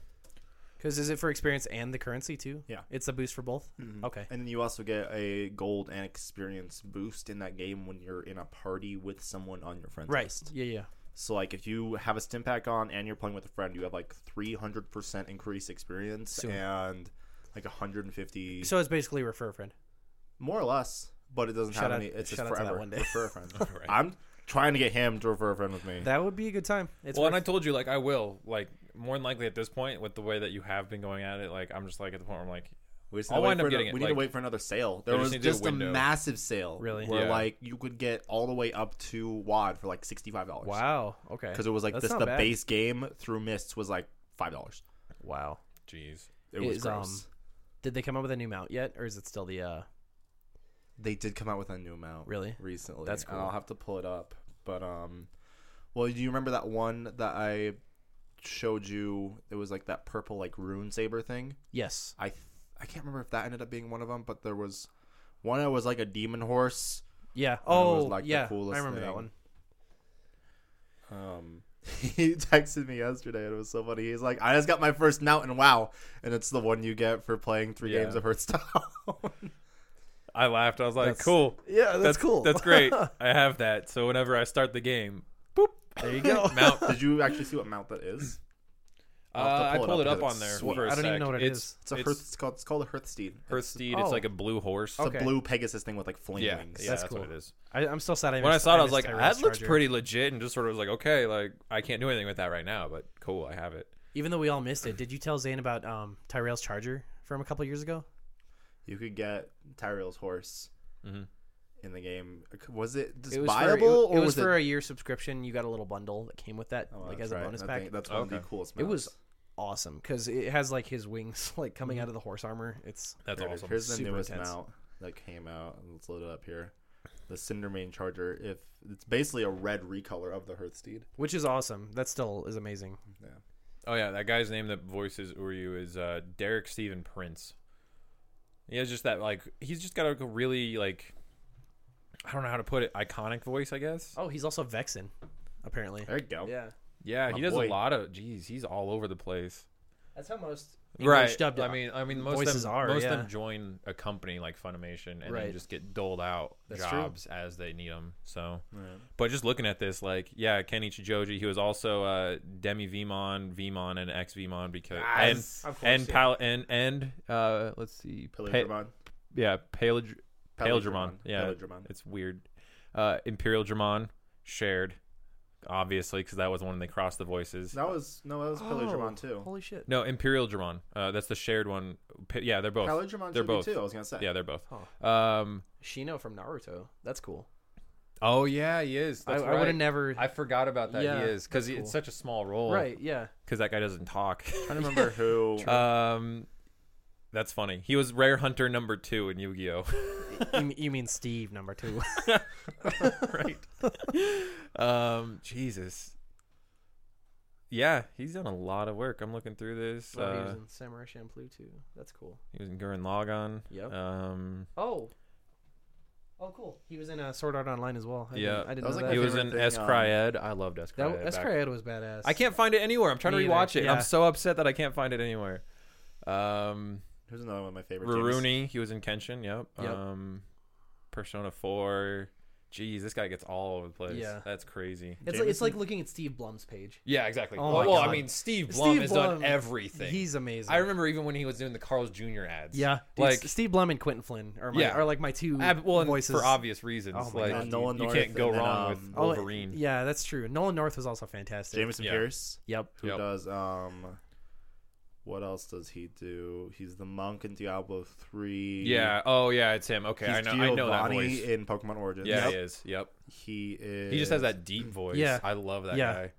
S3: Because is it for experience and the currency too?
S2: Yeah. Mm-hmm.
S3: it's a boost for both. Okay,
S2: And then you also get a gold and experience boost in that game when you're in a party with someone on your friends
S3: right.
S2: list.
S3: Yeah, yeah.
S2: So like if you have a stim pack on and you're playing with a friend, you have like 300% increased experience and like 150
S3: So it's basically refer a friend.
S2: more or less, but it doesn't
S3: Shout
S2: have
S3: out-
S2: any it's just
S3: shout out to that
S2: forever.
S3: one day.
S2: Refer a
S3: (laughs)
S2: friend.
S1: Right.
S2: I'm trying to get him to refer a friend with me.
S3: That would be a good time. It's
S1: well, and I
S3: worth-
S1: told you like I will like more than likely at this point with the way that you have been going at it. Like I'm just like at the point where I'm like,
S2: we just
S1: I'll
S2: need
S1: wind
S2: to wait
S1: up
S2: for ano-
S1: getting it,
S2: we need to
S1: like-
S2: wait for another sale. There
S1: just
S2: was
S1: need to do a
S2: just a,
S1: window.
S2: massive sale
S3: Really?
S2: where
S1: Yeah.
S2: like you could get all the way up to WAD for like $65.
S3: wow. Okay,
S2: because it was like
S3: That's
S2: this
S3: not
S2: the
S3: bad.
S2: base game through mists was like five dollars
S3: Wow.
S1: jeez.
S2: it
S3: It
S2: was
S3: is,
S2: gross.
S3: um, Did they come up with a new mount yet, or is it still the? uh
S2: they did come out with a new mount
S3: Really?
S2: recently
S3: That's
S2: and
S3: cool.
S2: i'll have to pull it up but um well do you remember that one that i showed you it was like that purple like rune saber thing
S3: Yes.
S2: i th- i can't remember if that ended up being one of them but there was one that was like a demon horse
S3: Yeah.
S2: was,
S3: Oh,
S2: like, the
S3: yeah.
S2: coolest
S3: I remember
S2: thing.
S3: that one.
S2: Um, (laughs) he texted me yesterday, and it was so funny. He's like, "I just got my first nout, and wow!" And it's the one you get for playing three
S1: Yeah.
S2: games of Hearthstone.
S1: I laughed. I was like,
S3: That's-
S1: cool.
S2: yeah, that's,
S1: That's
S2: (laughs)
S1: great. I have that. So whenever I start the game, boop.
S3: (laughs) (laughs) There you go.
S1: Mount.
S2: Did you actually see what mount that is? (laughs) I'll have to
S1: Uh, I
S2: pull it
S1: pulled
S2: up
S1: it up, on
S2: because it's
S1: there.
S2: sweet.
S1: For a
S3: I don't even
S1: sec.
S3: know what it
S1: it's,
S3: is.
S2: It's a Hearth. It's called, it's called a Hearthsteed.
S1: Hearthsteed.
S3: Oh.
S1: It's like a blue horse.
S2: It's
S3: Okay.
S2: a blue Pegasus thing with like flame
S1: Yeah,
S2: wings.
S1: yeah,
S3: That's
S1: that's, what
S3: cool.
S1: it is.
S3: I, I'm still sad. I
S1: When I
S3: missed-
S1: saw it, I was
S3: missed
S1: like,
S3: Tyrell's
S1: "That looks
S3: Charger."
S1: pretty legit," and just sort of was like, "Okay, like I can't do anything with that right now, but cool, I have it."
S3: Even though we all missed it, did you tell Zane about um, Tyrell's Charger from a couple years ago?
S2: You could get Tyrael's horse
S1: Mhm.
S2: in the game. Was it just
S3: It was
S2: viable
S3: for, it,
S2: or
S3: was,
S2: was,
S3: for a year subscription. You got a little bundle that came with that,
S2: Oh,
S3: like
S2: that's
S3: as a
S2: right.
S3: bonus
S2: I
S3: pack.
S2: think that's one of
S1: Okay.
S2: the coolest.
S3: It
S2: mounts.
S3: was Mm-hmm. awesome because it has like his wings (laughs) like coming out of the horse armor. It's
S1: That's
S2: Here it is.
S1: awesome.
S2: Here's the
S3: Super
S2: newest
S3: intense.
S2: mount that came out. Let's load it up here. The Cindermane Charger. If it's basically a red recolor of the Hearthsteed.
S3: (laughs) which is awesome. That still is amazing.
S1: Oh yeah, that guy's name that voices Uryu is uh, Derek Steven Prince. He has just that like he's just got a really like I don't know how to put it iconic voice, I guess.
S3: Oh, he's also Vexen, apparently.
S2: There you go.
S3: Yeah,
S1: Yeah,
S2: My
S1: he does a
S2: boy.
S1: lot of. Jeez, he's all over the place.
S3: that's how most
S1: right.
S3: dubbed.
S1: I mean, I mean, most
S3: voices
S1: of them,
S3: are,
S1: most of
S3: yeah.
S1: them join a company like Funimation and
S3: Right.
S1: then just get doled out
S3: That's true.
S1: jobs as they need them. So, but just looking at this, like, yeah, Kenny Chijoji, he was also uh, Demi Vimon, Vimon, and ex Vimon because
S2: Nice.
S1: and
S3: Of course,
S1: and
S3: yeah.
S1: Pal and and uh, let's see, Pa-
S2: Pelagramon.
S1: yeah, Paledr- Paledramon,
S2: Pelagramon.
S1: yeah,
S2: Pelagramon.
S1: it's weird. Uh, Imperial Dramon shared, obviously, because that was the one they crossed the voices.
S2: That was no, that
S3: Oh.
S2: was Pelagramon too.
S3: Holy shit!
S1: No, Imperial Dramon. Uh, that's the shared one. Pa- yeah, they're both.
S2: Pelagramon
S1: They're
S2: should
S1: both.
S2: be too. I was gonna say.
S1: Yeah, they're both.
S3: Huh.
S1: Um.
S3: Shino from Naruto. That's cool.
S1: Oh yeah, he is.
S3: I,
S1: That's
S3: I would
S1: right.
S3: have never.
S1: I forgot about that.
S3: Yeah,
S1: he is because
S3: that's cool.
S1: it's such a small role.
S3: right? Yeah.
S1: Because that guy doesn't talk.
S2: trying
S1: (laughs)
S2: to remember who.
S1: um. That's funny. He was Rare Hunter number two in Yu Gi Oh.
S3: you, you mean Steve number (laughs) two?
S1: (laughs) right. um. Jesus. Yeah, he's done a lot of work. I'm looking through this.
S3: Oh, he was
S1: Uh,
S3: in Samurai Champloo too. That's cool.
S1: he was in Gurren Lagann.
S3: Yep.
S1: Um.
S3: Oh. Oh, cool. He was in uh, Sword Art Online as well. I
S1: Yeah.
S3: didn't, I didn't
S2: That was
S3: know
S2: like
S3: that.
S1: He was
S2: favorite
S1: in
S2: thing,
S1: S
S2: um,
S1: Cry Ed. I loved S Cry
S3: that
S1: Ed.
S3: that's
S1: back
S3: great. was badass.
S1: I can't find it anywhere. I'm trying
S3: Me
S1: to
S3: either.
S1: rewatch it. and
S3: Yeah.
S1: I'm so upset that I can't find it anywhere. Um,
S2: Who's another one of my favorite? games?
S1: Ruruni, he was in Kenshin. Yep.
S3: Yep.
S1: Um, Persona Four. Jeez, this guy gets all over the place.
S3: Yeah.
S1: that's crazy.
S3: It's like, it's
S2: Jameson?
S3: like looking at Steve Blum's page.
S1: Yeah, exactly.
S3: Oh my
S1: well,
S3: God.
S1: I mean, Steve
S3: Steve
S1: Blum has
S3: Blum,
S1: done everything.
S3: He's amazing.
S1: I remember even when he was doing the Carl's Jr. ads.
S3: Yeah, dude,
S1: like
S3: S- Steve Blum and Quentin Flynn are my,
S1: Yeah.
S3: are like my two
S1: ab- well, and
S3: voices.
S1: for obvious reasons.
S3: Oh my
S1: like
S3: God,
S1: you-
S2: Nolan
S1: you,
S2: North
S1: can't go
S2: and then,
S1: wrong
S2: um,
S1: with
S3: Oh,
S1: Wolverine.
S3: yeah, that's true. Nolan North was also fantastic.
S2: Jameson
S1: Yeah.
S2: Pierce.
S3: Yep.
S2: Who
S1: Yep.
S2: does um? What else does he do? He's the monk in Diablo three.
S1: Yeah. Oh, yeah. It's him. Okay,
S2: He's
S1: I know. I know that
S2: Giovanni
S1: voice.
S2: in Pokemon Origins.
S1: Yeah, he is. Yep.
S2: He is.
S1: He just has that deep voice.
S3: Mm. Yeah.
S1: I love that
S3: Yeah. Mm-hmm.
S1: guy.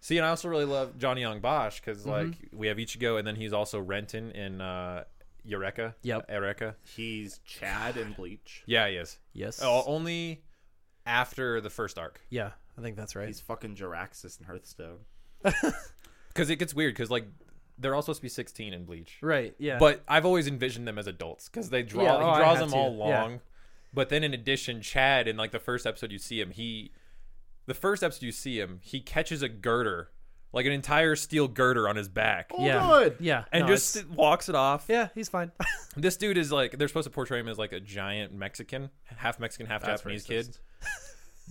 S1: See, and I also really love Johnny Young Bosch because like we have Ichigo, and then he's also Renton in uh, Eureka.
S3: Yep.
S1: Eureka.
S2: He's Chad in Bleach.
S1: Yeah, he is.
S3: Yes.
S1: Oh, only after the first arc
S3: Yeah, I think that's right.
S2: He's fucking Jiraxis in Hearthstone.
S1: because it gets weird because like they're all supposed to be 16 in Bleach,
S3: right. Yeah.
S1: but I've always envisioned them as adults because they draw
S3: Yeah, oh, I
S1: he draws
S3: had
S1: them all
S3: to, yeah.
S1: long. But then in addition, Chad in like the first episode you see him, he the first episode you see him, he catches a girder, like an entire steel girder on his back.
S3: yeah,
S2: good.
S3: yeah,
S1: and
S3: no,
S1: just
S3: it's-
S1: walks it off.
S3: yeah, he's fine.
S1: This dude is like they're supposed to portray him as like a giant Mexican, half Mexican, half
S2: That's
S1: Japanese
S2: racist.
S3: (laughs)
S1: kid,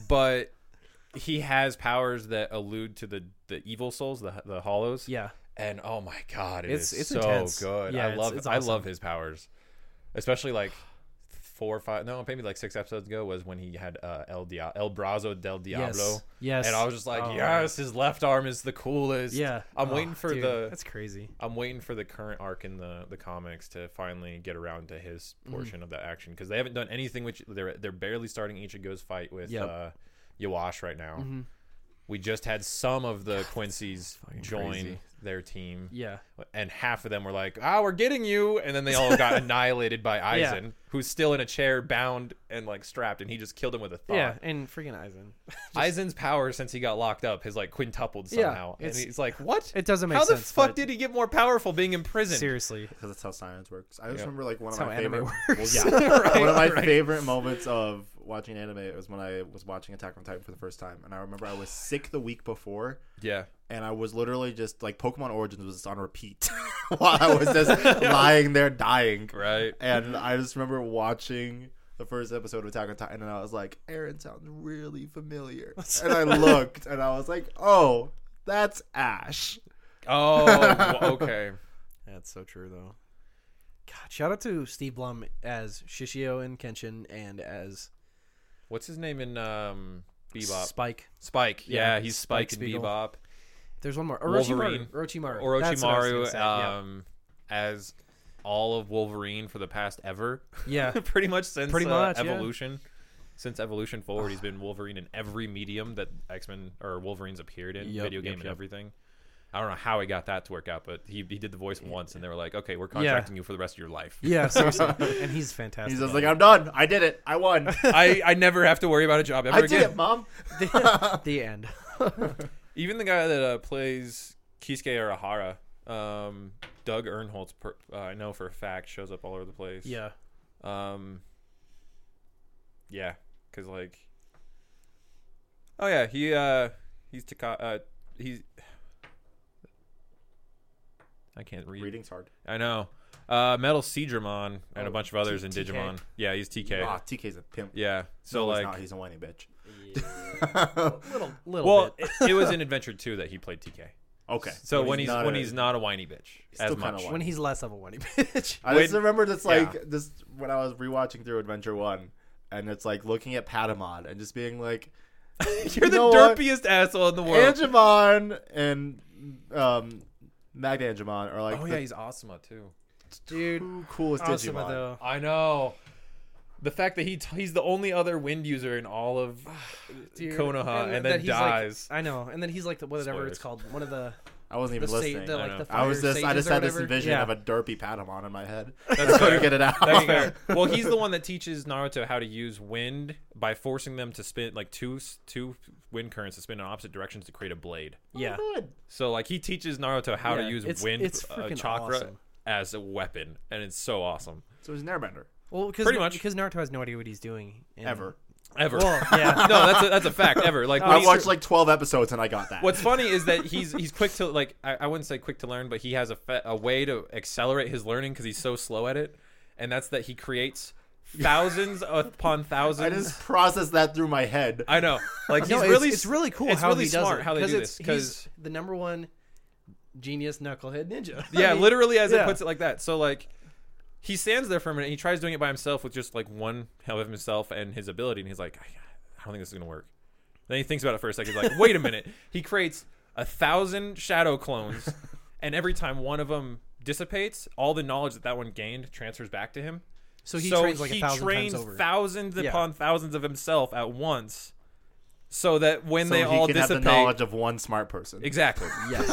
S1: but he has powers that allude to the the evil souls, the the hollows.
S3: (laughs) (laughs) yeah,
S1: And oh my god,
S3: It's-
S1: it's
S3: it's
S1: so
S3: intense.
S1: good.
S3: Yeah,
S1: I
S3: it's-
S1: love
S3: it's
S1: I
S3: awesome.
S1: love his powers, especially like four or five no maybe like six episodes ago was when he had uh, El Dia- El Brazo del Diablo.
S3: Yes.
S1: And I was just like,
S3: Oh.
S1: yes, his left arm is the coolest.
S3: yeah.
S1: I'm
S3: Oh,
S1: waiting for
S3: dude,
S1: the
S3: That's crazy.
S1: I'm waiting for the current arc in the the comics to finally get around to his
S3: Mm-hmm.
S1: portion of the action because they haven't done anything. Which they're they're barely starting Ichigo's fight with
S3: Yep. Mm-hmm.
S1: uh, Yawash right now. We just had some of the Quincy's join
S4: crazy.
S1: their team,
S3: Yeah.
S1: and half of them were like, "Ah, we're getting you," and then they all
S3: (laughs)
S1: got annihilated by
S3: Yeah.
S1: Aizen, who's still in a chair, bound and like strapped, and he just killed him with a thought.
S3: Yeah, and freaking Aizen.
S1: Aizen's power since he got locked up has like quintupled
S3: Yeah,
S1: somehow, and
S3: it's-
S1: he's like, "What?
S3: It doesn't make
S1: How the
S3: sense,
S1: fuck
S3: but-
S1: did he get more powerful being in prison?"
S3: Seriously.
S2: Because that's how science works. I just
S1: Yeah.
S2: remember like one
S3: That's
S2: of
S3: how
S2: my
S3: anime
S2: (laughs) favorite.
S3: works.
S2: Well, yeah. one of my favorite moments of watching anime. It was when I was watching Attack on Titan for the first time, and I remember I was sick the week before,
S1: Yeah.
S2: and I was literally just like Pokemon Origins was on repeat (laughs) while I was
S1: (laughs)
S2: just lying there dying.
S3: (laughs)
S1: Right.
S2: And I just remember watching the first episode of Attack on Titan, and I was like, Aaron sounds
S1: (laughs)
S2: really familiar. and I looked, and I was like, oh, that's Ash.
S1: Oh.
S3: (laughs)
S1: w- okay.
S4: That's so true though.
S3: God, shout out to Steve Blum as Shishio in Kenshin and as
S1: What's his name in um Bebop?
S3: Spike.
S1: Spike. Yeah,
S3: Yeah,
S1: he's
S3: Spike
S1: Spike, in
S3: Spiegel.
S1: Bebop.
S3: There's one more.
S1: Wolverine.
S3: Orochimaru. Orochimaru. That's what I
S1: Orochimaru
S3: was gonna say, yeah.
S1: um as all of Wolverine for the past ever. (laughs)
S3: Yeah. (laughs)
S1: pretty much since
S3: Pretty
S1: uh,
S3: much, yeah.
S1: evolution. Since evolution forward,
S3: (sighs)
S1: he's been Wolverine in every medium that X Men or Wolverine's appeared in,
S4: Yep,
S1: video game
S4: yep,
S1: and
S4: yep.
S1: everything. I don't know how he got that to work out, but he, he did the voice once, and they were like, "Okay, we're contracting you for the rest of your life."
S3: Yeah, seriously. (laughs) and he's fantastic.
S2: He's just like, I'm done. I did it.
S1: (laughs)
S2: I won.
S1: I, I never have to worry about a job ever
S2: I did
S1: again.
S2: it, Mom.
S3: the, (laughs) the end.
S1: Even the guy that uh, plays Kisuke Arahara, um, Doug Earnholtz, per, uh, I know for a fact, shows up all over the place.
S3: Yeah.
S1: Um. Yeah, cause like. Oh yeah, he uh, he's Taka. Uh, he's. I can't read.
S2: Reading's hard.
S1: I know. Uh, Metal Seedramon and
S2: Oh,
S1: a bunch of others in
S3: T- TK.
S1: Digimon. Yeah, he's TK.
S2: Ah, TK's a pimp.
S1: Yeah. So
S2: no, he's
S1: like,
S2: not. he's a whiny
S1: (laughs)
S2: bitch.
S3: (laughs)
S2: (laughs)
S3: Little little
S1: well,
S3: bit.
S1: it, it
S2: (laughs)
S1: was in Adventure 2 that he played TK.
S2: okay.
S1: So when he's,
S2: not
S1: when
S2: a-
S1: he's not a whiny bitch
S2: still
S1: as
S2: kinda
S1: much. (laughs)
S2: whiny.
S3: When he's less of a whiny (laughs) bitch.
S2: I just
S1: when-
S2: remember that's
S1: yeah.
S2: like this when I was rewatching through Adventure One, and it's like looking at Patamon and just being like,
S1: You're the
S2: know what?
S1: derpiest asshole in the world.
S2: Angemon and um, Magnangemon are like
S1: oh
S2: the
S1: yeah, he's Asuma too.
S3: Dude.
S2: two coolest
S3: Awesome
S2: Digimon.
S3: though.
S1: I know. The fact that he t- he's the only other wind user in all of
S3: Dude.
S1: Konoha and,
S3: that
S1: then
S3: he's like- (laughs)
S1: dies.
S3: I know. And then he's like the, whatever
S1: Spoilers.
S3: it's called. One of the
S2: I wasn't even
S3: the, sa-
S2: listening.
S3: the
S1: I
S3: like
S1: know.
S3: the
S2: I was
S3: fire
S2: just I
S3: sages
S2: just
S3: or
S2: had this
S3: whatever.
S2: vision
S3: Yeah.
S2: of a derpy Patamon in my head.
S1: (laughs) That's
S2: couldn't
S1: fair.
S2: get it out.
S1: That's
S2: (laughs)
S1: fair. Well, he's the one that teaches Naruto how to use wind by forcing them to spin like two s- two wind currents to spin in opposite directions to create a blade.
S2: (laughs)
S3: Yeah.
S2: Good.
S1: So like he teaches Naruto how
S3: Yeah,
S1: to use
S3: it's-
S1: wind
S3: it's
S1: uh,
S3: freaking
S1: chakra
S3: awesome.
S1: as a weapon, and it's so awesome.
S2: So he's an airbender.
S3: Well, because
S1: Pretty much.
S3: because Naruto has no idea what he's doing and-
S2: Ever.
S1: Ever.
S3: Well, yeah.
S1: (laughs) no, that's a, that's a fact. Ever. Like when
S2: I
S1: he's-
S2: watched like twelve episodes and I got that.
S1: What's funny is that he's he's quick to like I, I wouldn't say quick to learn, but he has a fa- a way to accelerate his learning because he's so slow at it, and that's that he creates thousands
S3: (laughs)
S1: upon
S2: I
S1: thousands.
S2: just processed that through my head.
S1: I know, like he's
S3: no, it's,
S1: really
S3: it's really cool
S1: it's
S3: how
S1: really
S3: he does
S1: smart
S3: it,
S1: how they
S3: 'cause
S1: do
S3: it's-
S1: this because
S3: he's the number one genius knucklehead ninja. I
S1: (laughs) yeah,
S3: mean,
S1: literally as it
S3: yeah.
S1: puts it like that. So like. He stands there for a minute. And he tries doing it by himself with just like one help of himself and his ability, and he's like, "I I don't think this is gonna work." Then he thinks about it for a second. He's like, wait a minute. He creates a thousand shadow
S3: (laughs)
S1: clones, and every time one of them dissipates, all the knowledge that that one gained transfers back to him.
S3: So he trains like a
S1: he
S3: thousand
S1: trains
S3: times over.
S1: thousands
S3: Yeah.
S1: upon thousands of himself at once, so that when
S2: So
S1: they
S2: he
S1: all
S2: can
S1: dissipate,
S2: have the knowledge of one smart person.
S1: exactly.
S3: (laughs) yes.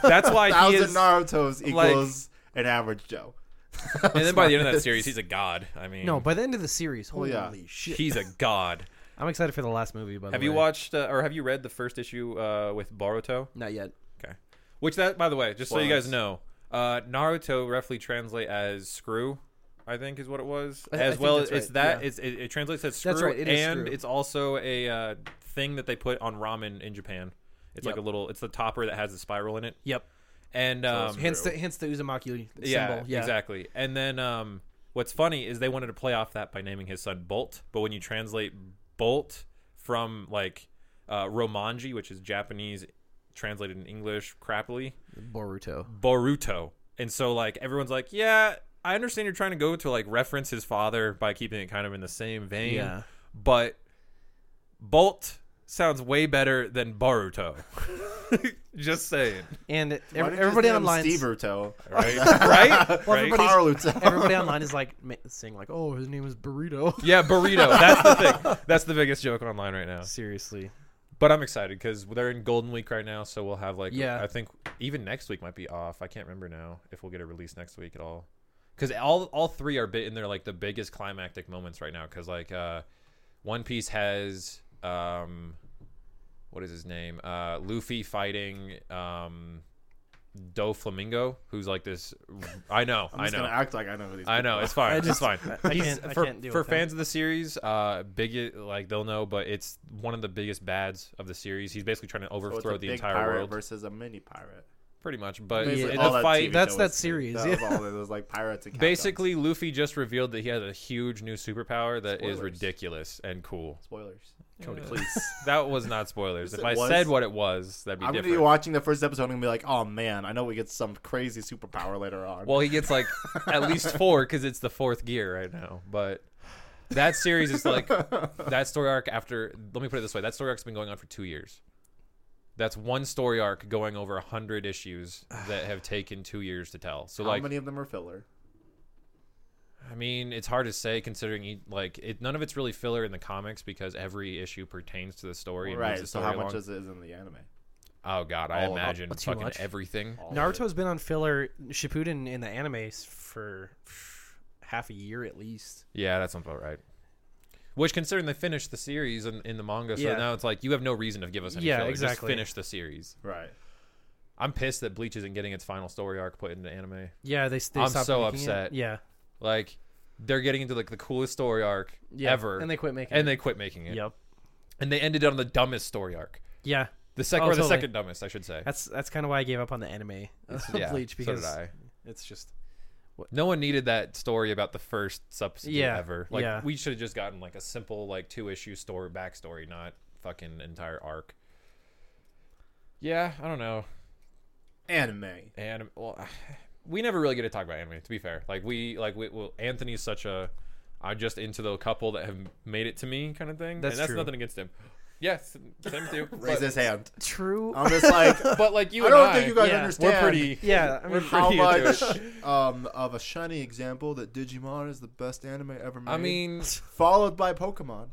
S1: That's why he
S2: Thousand
S1: is.
S2: Naruto's
S1: like-
S2: equals an average Joe.
S1: (laughs) and then by the end of that series,
S3: (laughs)
S1: he's a god. I mean,
S3: No, by the end of the series, holy
S2: yeah.
S3: shit!
S1: he's
S3: (laughs)
S1: a god.
S3: I'm excited for the last movie. By the
S1: Have
S3: way,
S1: you watched uh, or have you read the first issue uh, with Boruto?
S3: Not yet.
S1: Okay. Which that, by the way, just so you
S2: Spoilers.
S1: guys know, uh, Naruto roughly translate as screw. I think is what it was.
S3: I- I
S1: as
S3: think
S1: well,
S3: that's
S1: it's
S3: right,
S1: that
S3: yeah.
S1: it's, it, it translates as screw,
S3: That's right, it is
S1: and
S3: screw.
S1: it's also a uh, thing that they put on ramen in Japan. It's like
S3: Yep.
S1: a little. It's the topper that has the spiral in it,
S3: Yep.
S1: and um,
S3: hence the hence the Uzumaki
S1: yeah,
S3: symbol. Yeah,
S1: exactly. And then um, what's funny is they wanted to play off that by naming his son Bolt, but when you translate Bolt from like uh, Romanji, which is Japanese translated in English crappily,
S4: Boruto.
S1: Boruto. And so like everyone's like, yeah, I understand you're trying to go to like reference his father by keeping it kind of in the same vein,
S4: Yeah.
S1: but Bolt sounds way better than Boruto. (laughs) Just saying,
S3: And
S2: Why
S3: ev-
S2: didn't you
S3: everybody
S2: just name him
S3: online,
S2: Steve Ruto.
S1: right? right?
S3: Well,
S1: right?
S3: everybody's-
S2: Carl
S3: (laughs)
S2: Ruto.
S3: everybody online is like ma- saying like, "Oh, his name
S2: (laughs)
S3: is Burrito."
S1: Yeah, burrito. That's the thing. That's the biggest joke online right now.
S4: Seriously.
S1: But I'm excited because they're in Golden Week right now, so we'll have like
S3: Yeah.
S1: I think even next week might be off. I can't remember now if we'll get a release next week at all. Because all all three are bit in their like the biggest climactic moments right now. Because like uh, One Piece has um, what is his name? Uh, Luffy fighting um, Doflamingo, who's like this. I know,
S2: I'm
S1: I
S2: just
S1: know,
S2: gonna act like I know who these.
S1: I know.
S2: people
S1: It's fine.
S3: I
S1: it's
S3: just-
S1: fine.
S3: I
S1: He's-
S3: can't- I
S1: for
S3: can't deal
S1: for
S3: with him.
S1: fans of the series, uh, big like they'll know, but it's one of the biggest bads of the series. He's basically trying to
S2: are. So it's
S1: overthrow
S2: a
S1: the
S2: big
S1: entire
S2: pirate
S1: world,
S2: versus a mini pirate.
S1: pretty much. But
S3: Basically,
S1: in
S3: all
S1: the
S2: that
S1: fight,
S2: TV
S3: that's
S2: show
S3: that
S2: was-
S3: series,
S2: That
S3: yeah.
S2: was all there was like pirates and captains.
S1: Basically, Luffy just revealed that he has a huge new superpower that is
S2: Spoilers.
S1: ridiculous and cool.
S2: spoilers.
S1: Cody,
S2: please.
S1: (laughs) That was not spoilers.
S2: Yes,
S1: if
S2: it
S1: I
S2: was.
S1: said what it was, that'd be
S2: I'm gonna be
S1: different.
S2: watching the first episode and be like, oh man, I know we get some crazy superpower later on.
S1: well, he gets like at
S2: (laughs)
S1: least four because it's the fourth gear right now. But that series is like that story arc. After let me put it this way: that story arc's been going on for two years. That's one story arc going over a hundred
S2: (sighs)
S1: issues that have taken two years to tell. So
S2: how
S1: like,
S2: many of them are filler?
S1: I mean, it's hard to say considering e- like it, none of it's really filler in the comics because every issue pertains to the story. and moves
S2: Right.
S1: the
S2: So
S1: story
S2: how much
S1: along.
S2: is it in the anime?
S1: Oh god, I
S2: All of it.
S1: imagine
S3: Too
S1: fucking
S3: much.
S1: everything.
S2: All of it.
S3: Naruto's been on filler Shippuden in the anime s- for half a year at least.
S1: Yeah, that sounds about right. Which, considering they finished the series in, in the manga, so
S3: Yeah.
S1: now it's like you have no reason to give us any
S3: Yeah,
S1: filler.
S3: exactly.
S1: Just finish the series.
S2: Right.
S1: I'm pissed that Bleach isn't getting its final story arc put into anime.
S3: Yeah, they. s- they
S1: I'm
S3: stopped
S1: so
S3: making it.
S1: upset.
S3: Yeah,
S1: Like, they're getting into like the coolest story arc
S3: yeah.
S1: ever,
S3: and they quit making.
S1: and
S3: it.
S1: they quit making it.
S3: Yep.
S1: And they ended it on the dumbest story arc,
S3: Yeah,
S1: the second
S3: Oh,
S1: or the
S3: totally.
S1: second dumbest, I should say.
S3: that's that's kind of why I gave up on the anime of
S1: (laughs) yeah,
S3: Bleach because
S1: so did I.
S3: it's just
S1: No one needed that story about the first substitute
S3: Yeah,
S1: ever. Like
S3: yeah.
S1: we should have just gotten like a simple like two issue story backstory, not fucking entire arc. Yeah, I don't know.
S2: Anime.
S1: And well, (sighs) we never really get to talk about anime. To be fair, like we like we well, Anthony's such a I'm just into the couple that have made it to me kind of thing.
S3: That's
S1: and that's
S3: true.
S1: nothing against him. Yes, same with you.
S2: Raise
S1: but,
S2: his hand.
S3: true.
S2: I'm
S1: (laughs)
S2: just like,
S1: but like you,
S2: I
S1: and
S2: don't think you guys
S3: yeah, we're
S2: understand.
S1: We're pretty.
S3: (laughs) yeah, I
S1: We're
S2: (laughs)
S3: mean,
S1: pretty
S2: How
S1: into
S2: much
S1: it.
S2: (laughs) um, of a shiny example that Digimon is the best anime ever made?
S1: I mean,
S2: followed by Pokemon.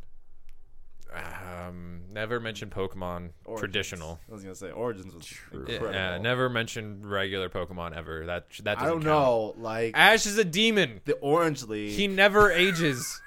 S1: um, never mention Pokemon
S2: Origins.
S1: traditional.
S2: I was gonna say Origins was incredible.
S1: Yeah, never mentioned regular Pokemon ever. That that
S2: I
S1: doesn't count.
S2: don't know, like
S1: Ash is a demon.
S2: the Orange League.
S1: He
S2: (laughs)
S1: never ages.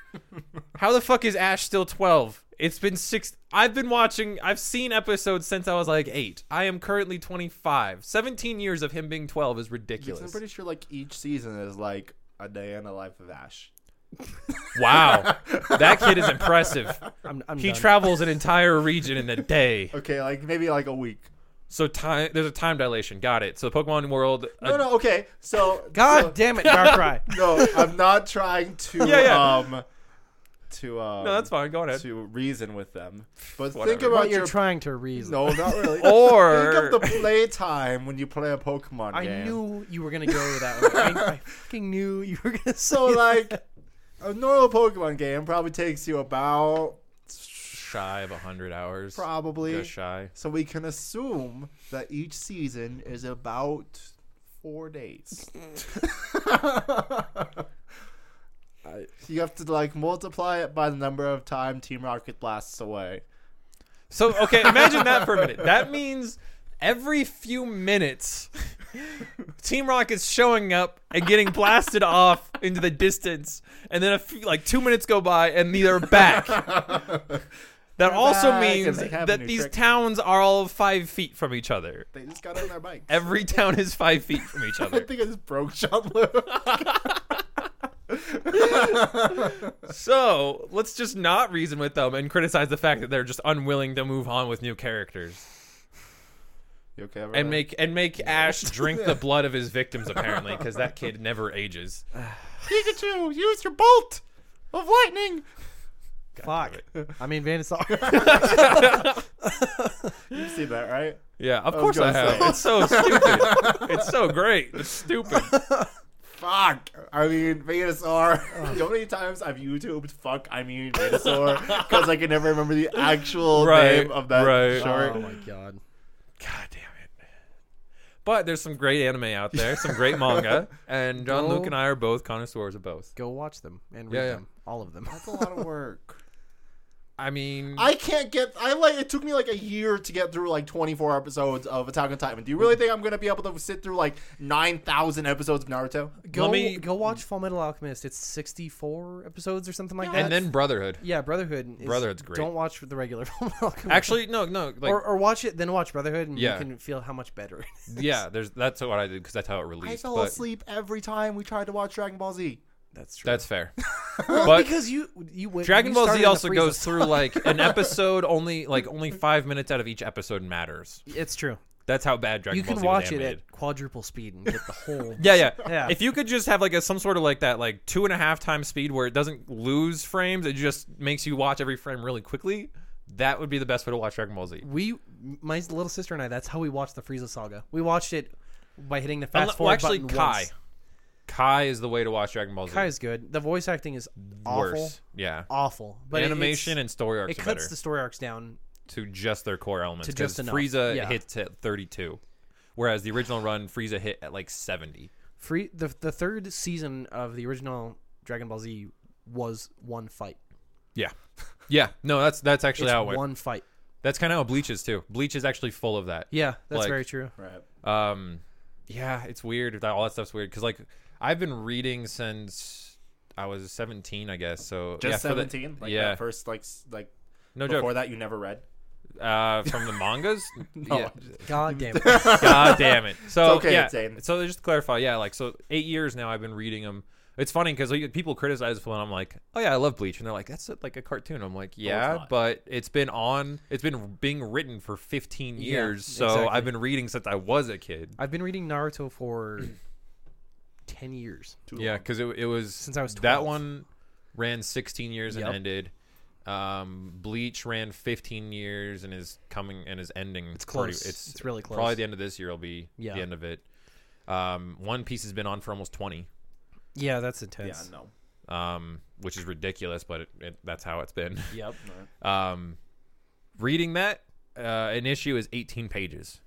S1: How the fuck is Ash still twelve? It's been six. I've been watching. I've seen episodes since I was like eight. I am currently twenty five. Seventeen years of him being twelve is
S2: Because I'm
S1: ridiculous.
S2: pretty sure like each season is like a day in the life of Ash. (laughs)
S1: Wow, that kid is impressive.
S3: I'm, I'm
S1: He
S3: done.
S1: travels an entire region in a day.
S2: Okay, like maybe like a week.
S1: So time, there's a time dilation. Got it. So the Pokemon world.
S2: No, no, okay.
S1: (laughs)
S2: So
S3: God
S2: so-
S3: damn it,
S2: (laughs)
S3: Darkrai.
S2: no, I'm not trying
S1: (laughs)
S2: to
S1: Yeah, yeah.
S2: um to um
S1: no, that's fine. Go ahead.
S2: to reason with them. But think
S1: Whatever.
S2: about
S3: what you're
S2: your
S3: trying to reason.
S2: no, not really.
S1: Or
S2: (laughs) think of the playtime when you play a Pokemon
S3: I
S2: game.
S3: knew you were gonna
S2: (laughs)
S3: go that way. I, I fucking knew you were gonna. (laughs)
S2: So
S3: say that.
S2: like a normal Pokemon game probably takes you about
S1: shy of hundred hours.
S2: probably
S1: Just shy.
S2: So we can assume that each season is about four days. you have to like multiply it by the number of time Team Rocket blasts away. (laughs)
S1: So okay, imagine that for a minute. That means every few minutes, Team Rocket's showing up and getting blasted off into the distance, and then a few, like two minutes go by and they're back. That also
S2: back, and
S1: means
S2: they have a
S1: that
S2: new
S1: these
S2: trick.
S1: towns are all five feet from each other.
S2: They just got on their bikes.
S1: Every town is five feet from each
S2: (laughs) I
S1: other.
S2: think I just broke John Luke.
S1: So let's just not reason with them and criticize the fact that they're just unwilling to move on with new characters.
S2: (laughs) You okay over
S1: and
S2: there?
S1: make and make
S2: (laughs)
S1: Ash drink the blood of his victims apparently because that kid never ages.
S2: Pikachu, use your bolt of lightning.
S3: fuck. I mean, Venusaur.
S2: You see that, right?
S1: Yeah, of
S2: I was
S1: course I
S2: gonna
S1: have.
S2: say.
S1: It's so
S2: (laughs)
S1: stupid. it's so great. It's stupid.
S2: Fuck. I mean, Venusaur. (laughs) You know how many times I've YouTubed fuck, I mean, (laughs) Venusaur? Because I can never remember the actual
S1: Right,
S2: name of that
S1: right.
S2: (laughs) short.
S3: Oh my god.
S1: God damn it. But there's some great anime out there, some great
S2: (laughs)
S1: manga, and John Luke and I are both connoisseurs of both.
S3: Go watch them and
S1: (laughs)
S3: read
S1: Yeah, yeah.
S3: them, all of them.
S2: That's a lot of work.
S1: I mean,
S2: (laughs) I can't get. I like. It took me like a year to get through like 24 episodes of Attack on Titan. Do you really think I'm gonna be able to sit through like 9,000 episodes of Naruto?
S3: Go
S1: Let me-
S3: go watch Full Metal Alchemist. It's sixty four episodes or something like that.
S1: and then Brotherhood.
S3: yeah, Brotherhood. Is,
S1: Brotherhood's great.
S3: Don't watch the regular (laughs) Full Metal Alchemist.
S1: Actually, no, no. Like,
S3: or, or watch it, then watch Brotherhood, and
S1: Yeah.
S3: you can feel how much better. (laughs) it is.
S1: yeah, there's that's what I did because that's how it released.
S2: I fell
S1: but
S2: asleep every time we tried to watch Dragon Ball Z.
S3: That's true.
S1: That's
S3: (laughs)
S1: fair. but
S3: because you you went-
S1: Dragon
S3: you
S1: Ball
S3: started
S1: Z
S3: in the
S1: also
S3: Frieza
S1: goes
S3: saga.
S1: through like
S3: (laughs)
S1: an episode only like only five minutes out of each episode matters.
S3: It's true.
S1: That's how bad Dragon
S3: you
S1: Ball
S3: can
S1: Z was
S3: watch it
S1: animated.
S3: at quadruple speed
S1: (laughs)
S3: and get the whole.
S1: Yeah, yeah,
S3: (laughs) Yeah.
S1: If you could just have like a some sort of like that like two and a half times speed where it doesn't lose frames, it just makes you watch every frame really quickly. That would be the best way to watch Dragon Ball Z.
S3: We, my little sister and I, that's how we watched the Frieza saga. We watched it by hitting the fast
S1: Unle- well,
S3: forward
S1: actually,
S3: button
S1: Kai.
S3: once.
S1: Kai is the way to watch Dragon Ball Z.
S3: Kai is good. The voice acting is
S1: worse.
S3: awful,
S1: Yeah.
S3: awful. But it-
S1: Animation
S3: it's-
S1: and story arcs
S3: it
S1: are
S3: cuts
S1: better
S3: the story arcs down.
S1: to just their core elements.
S3: to
S1: 'cause
S3: just enough.
S1: Frieza
S3: Yeah.
S1: hits at 32, whereas the original run Frieza hit at like 70.
S3: Free the the third season of the original Dragon Ball Z was one fight.
S1: Yeah. (laughs) Yeah. No, that's that's actually
S3: It's
S1: how it went.
S3: one fight.
S1: That's kind of how Bleach is too. Bleach is actually full of that.
S3: Yeah, that's
S1: Like- (laughs)
S3: very true.
S2: Right.
S1: Um, yeah, it's weird. That all that stuff's weird because like I've been reading since I was 17, I guess. So
S2: Just
S1: yeah, for the-
S2: 17. like
S1: yeah.
S2: that first like s- like
S1: no
S2: before
S1: joke.
S2: that you never read.
S1: Uh, from the
S2: (laughs)
S1: mangas. Yeah.
S3: God damn it.
S1: (laughs) God damn it. So
S2: okay,
S1: yeah.
S2: it's Aiden.
S1: So just to clarify, yeah, like so eight years now I've been reading them. It's funny because like, people criticize it, and I'm like, oh yeah, I love Bleach, and they're like, that's like a cartoon. I'm like, yeah,
S2: not.
S1: but it's been on, it's been being written for 15
S3: Yeah,
S1: years, so
S3: exactly.
S1: I've been reading since I was a kid.
S3: I've been reading Naruto for (clears throat) ten years.
S2: Too
S1: Yeah,
S2: long.
S1: because it, it was
S3: Since I was
S1: that
S3: 12.
S1: one ran 16 years
S3: Yep.
S1: and ended. Um, Bleach ran 15 years and is coming and is ending. It's
S3: close. It's really close.
S1: Probably the end of this year will be
S3: Yeah.
S1: the end of it. Um, One Piece has been on for almost 20,
S3: Yeah, that's
S2: Yeah.
S3: intense.
S2: No.
S1: um, which is ridiculous, but it, it, that's how it's been. (laughs)
S3: Yep.
S1: Um, reading that, uh, an issue is 18 pages,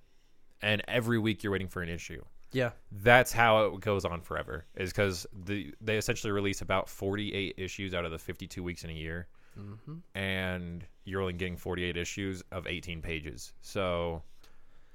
S1: and every week you're waiting for an issue.
S3: Yeah.
S1: that's how it goes on forever is because the they essentially release about 48 issues out of the 52 weeks in a year
S2: Mm-hmm.
S1: and you're only getting 48 issues of 18 pages so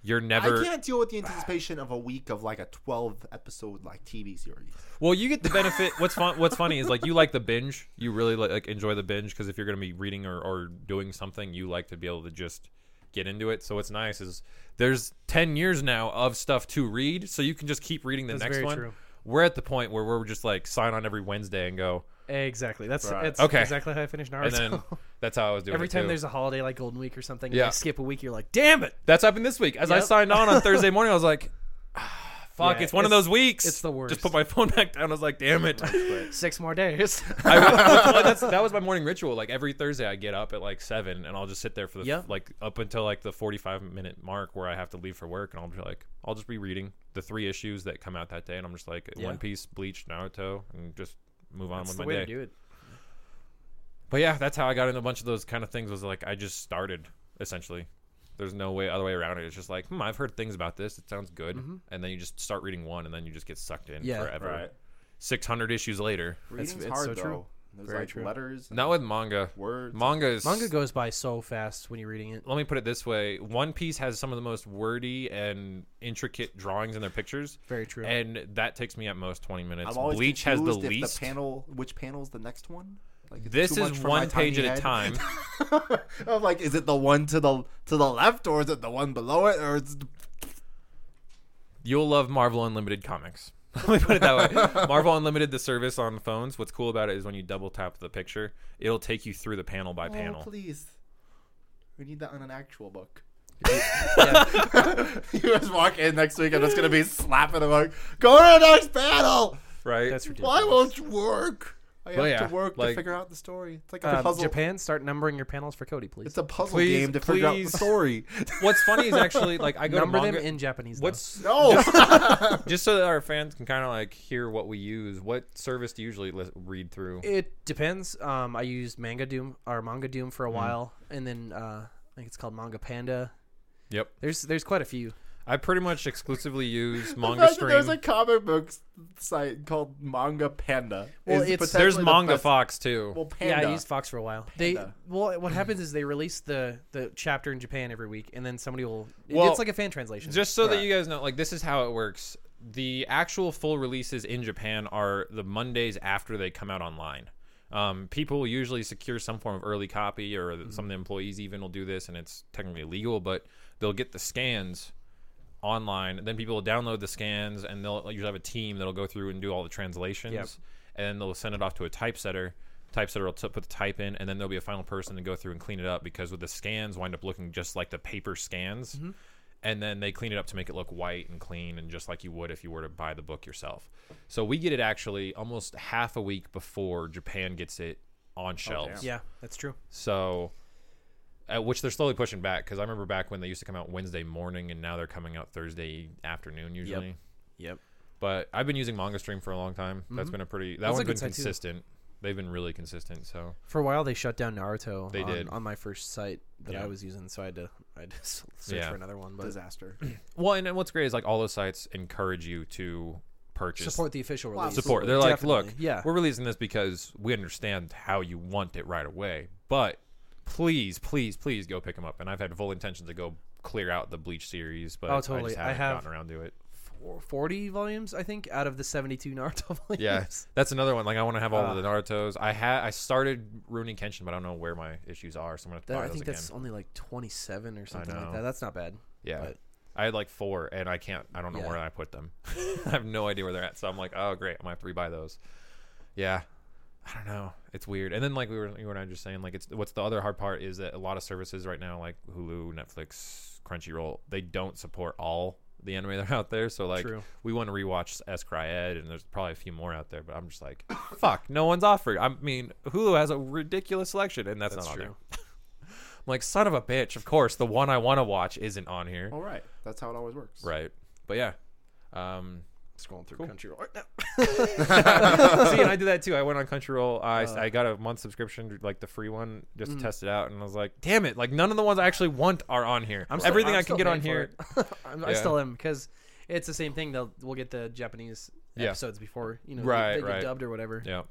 S1: you're
S2: I
S1: never
S2: can't deal with the anticipation of a week of like a 12 episode like TV series.
S1: well you get the benefit what's fun what's funny is like you like the binge you really like, like enjoy the binge because if you're going to be reading or, or doing something you like to be able to just get into it so what's nice is there's 10 years now of stuff to read so you can just keep reading the
S3: That's
S1: next
S3: very
S1: one
S3: true.
S1: we're at the point where we're just like sign on every wednesday and go
S3: Exactly. That's
S2: Right.
S3: it's
S1: Okay.
S3: exactly how I finished Naruto.
S1: and
S3: (laughs)
S1: (laughs) then that's how I was doing.
S3: Every
S1: it
S3: time
S1: too.
S3: there's a holiday like Golden Week or something,
S1: Yeah.
S3: and you skip a week, you're like, damn it.
S1: that's happened this week. As I
S3: Yep.
S1: signed on
S3: (laughs)
S1: on Thursday morning, I was like, ah, "Fuck,
S3: Yeah,
S1: it's one of
S3: it's-
S1: those weeks."
S3: it's the
S1: Just
S3: worst.
S1: put my phone back down. I was like, "Damn
S3: (laughs)
S1: it!"
S3: Six more days. (laughs)
S1: I, well, that's, that was my morning ritual. Like every Thursday, I get up at like seven, and I'll just sit there for the
S3: Yeah.
S1: like up until like the forty-five minute mark where I have to leave for work, and I'll be like, I'll just be reading the three issues that come out that day, and I'm just like,
S3: Yeah.
S1: One Piece, Bleach, Naruto, and just move on
S3: That's
S1: with
S3: the
S1: my
S3: way
S1: day.
S3: to do it.
S1: But yeah, that's how I got into a bunch of those kind of things. Was like I just started essentially. There's no way other way around it. It's just like, hmm, I've heard things about this. It sounds good, and then you just start reading one, and then you just get sucked in
S3: Mm-hmm. Yeah.
S1: forever.
S2: Right.
S1: Six hundred issues later,
S2: Reading's
S4: it's
S2: hard
S4: so
S2: though.
S4: true.
S2: There's
S4: Very
S2: like
S4: true.
S2: letters. and
S1: not with manga.
S2: words.
S1: Manga is
S3: Manga goes by so fast when you're reading it.
S1: Let me put it this way: One Piece has some of the most wordy and intricate drawings in their pictures,
S3: Very true.
S1: and that takes me at most twenty minutes.
S2: I'm always
S1: Bleach has the
S2: confused if
S1: least.
S2: The panel, which panel's the next one? Like it's
S1: this
S2: too much
S1: is
S2: for my
S1: one page at
S2: tiny
S1: a
S2: head.
S1: time.
S2: (laughs)
S1: (laughs)
S2: I'm like, is it the one to the to the left, or is it the one below it, or it's
S1: you'll love Marvel Unlimited comics. (laughs) Let me put it that
S2: (laughs)
S1: way. Marvel Unlimited, the service on phones. What's cool about it is when you double tap the picture, it'll take you through the panel by
S2: Oh,
S1: panel.
S2: please. We need that on an actual book. (laughs) you guys walk in next week and it's gonna be slapping the book. Go to the next panel.
S1: Right?
S3: That's ridiculous.
S2: Why won't you work? I have
S1: Well, yeah,
S2: to work
S1: like-
S2: to figure out the story. It's like a
S3: Um,
S2: puzzle.
S3: Japan, start numbering your panels for Cody, please.
S2: It's a puzzle
S1: Please,
S2: game to figure out the
S1: please. (laughs)
S2: story.
S1: What's funny is actually like I go
S3: Number
S1: to
S3: them
S1: manga.
S3: in Japanese. though.
S1: (laughs) what's
S2: (laughs) No.
S1: just so that our fans can kind of like hear what we use. What service do you usually li- read through?
S3: It depends. Um, I used Manga Doom or Manga Doom
S1: Hmm.
S3: for a while, and then uh, I think it's called Manga Panda.
S1: Yep.
S3: There's there's quite a few.
S1: I pretty much exclusively
S2: (laughs)
S1: use
S2: The
S1: manga
S2: fact that
S1: stream.
S2: There's a comic book site called Manga Panda.
S3: Well,
S2: is
S3: it's-
S1: There's
S2: potentially the
S1: manga
S2: best-
S1: fox too.
S2: Well, Panda.
S3: Yeah, I used Fox for a while.
S2: Panda.
S3: They well,
S1: Hmm.
S3: what happens is they release the the chapter in Japan every week, and then somebody will.
S1: Well,
S3: it's like a fan translation.
S1: Just so
S2: Right.
S1: that you guys know, like this is how it works. The actual full releases in Japan are the Mondays after they come out online. Um, people usually secure some form of early copy, or
S2: Mm-hmm.
S1: some of the employees even will do this, and it's technically legal, but they'll get the scans online. And then people will download the scans, and they'll usually have a team that'll go through and do all the translations,
S3: Yep.
S1: and they'll send it off to a typesetter. Typesetter will t- put the type in, and then there'll be a final person to go through and clean it up because with the scans wind up looking just like the paper scans, and then they clean it up to make it look white and clean and just like you would if you were to buy the book yourself. So we get it actually almost half a week before Japan gets it on shelves.
S3: yeah, that's true.
S1: So, uh, which they're slowly pushing back because I remember back when they used to come out Wednesday morning, and now they're coming out Thursday afternoon usually.
S4: Yep.
S1: But I've been using MangaStream for a long time. That's been a pretty that
S3: Mm-hmm. That's a
S1: one's
S3: good
S1: been
S3: site, too.
S1: consistent. They've been really consistent. So
S4: For a while, they shut down Naruto.
S1: They
S4: on,
S1: did.
S4: on my first site that
S1: Yeah.
S4: I was using, so I had to I
S3: (laughs)
S4: had to s- search
S1: Yeah.
S4: for another one. But
S2: (clears throat) disaster.
S1: well, and, and what's great is like all those sites encourage you to purchase
S4: support the official
S2: Wow.
S4: release.
S1: support. They're like, look,
S4: Definitely. yeah,
S1: we're releasing this because we understand how you want it right away, but please, please, please go pick them up. And I've had full intentions to go clear out the Bleach series, but
S3: Oh,
S1: I
S3: totally.
S1: just
S3: I
S1: haven't
S3: have-
S1: gotten around to it.
S4: Four- forty volumes, I think, out of the seventy-two
S3: (laughs)
S4: Naruto volumes.
S1: Yeah, that's another one. Like I want to have all
S4: Ah.
S1: of the Naruto's. I had I started Ruining Kenshin, but I don't know where my issues are, so I'm gonna have to
S4: That-
S1: buy
S4: I
S1: those
S4: think
S1: again.
S4: that's only like twenty-seven or something
S1: know.
S4: like that. That's not bad.
S1: Yeah,
S4: but-
S1: I had like four, and I can't. I don't know
S4: Yeah.
S1: where I put them. (laughs) I have no idea where they're at. So I'm like, oh great, I'm gonna have to rebuy those. Yeah, I don't know. It's weird. And then like we were you and I were just saying, like it's what's the other hard part is that a lot of services right now, like Hulu, Netflix, Crunchyroll, they don't support all the anime that are out there. So like
S3: True.
S1: we want to rewatch S Cry Ed, and there's probably a few more out there. But I'm just like, (laughs) fuck, no one's offered. I mean, Hulu has a ridiculous selection, and that's,
S4: That's
S1: not on
S4: true.
S1: there. (laughs) I'm like, son of a bitch. Of course, the one I want to watch isn't on here.
S4: Oh.
S2: All right. That's how it always works.
S1: Right. But yeah. Um,
S4: Scrolling through
S1: Cool.
S4: country right now. (laughs)
S1: see, and I did that too. I went on Crunchyroll. I,
S4: Uh.
S1: I got a month subscription, like the free one, just
S4: Mm.
S1: to test it out. And I was like, damn it! Like none of the ones I actually want are on here.
S4: I'm still-
S1: Everything
S4: I'm
S1: I can
S4: still
S1: get on
S4: paying
S1: here.
S4: for it. (laughs) I'm, I
S1: Yeah.
S4: still am because it's the same thing. They'll we'll get the Japanese
S1: Yeah.
S4: episodes before you know
S1: Right,
S4: they, they get
S1: right.
S4: dubbed or whatever.
S1: (laughs) Yeah.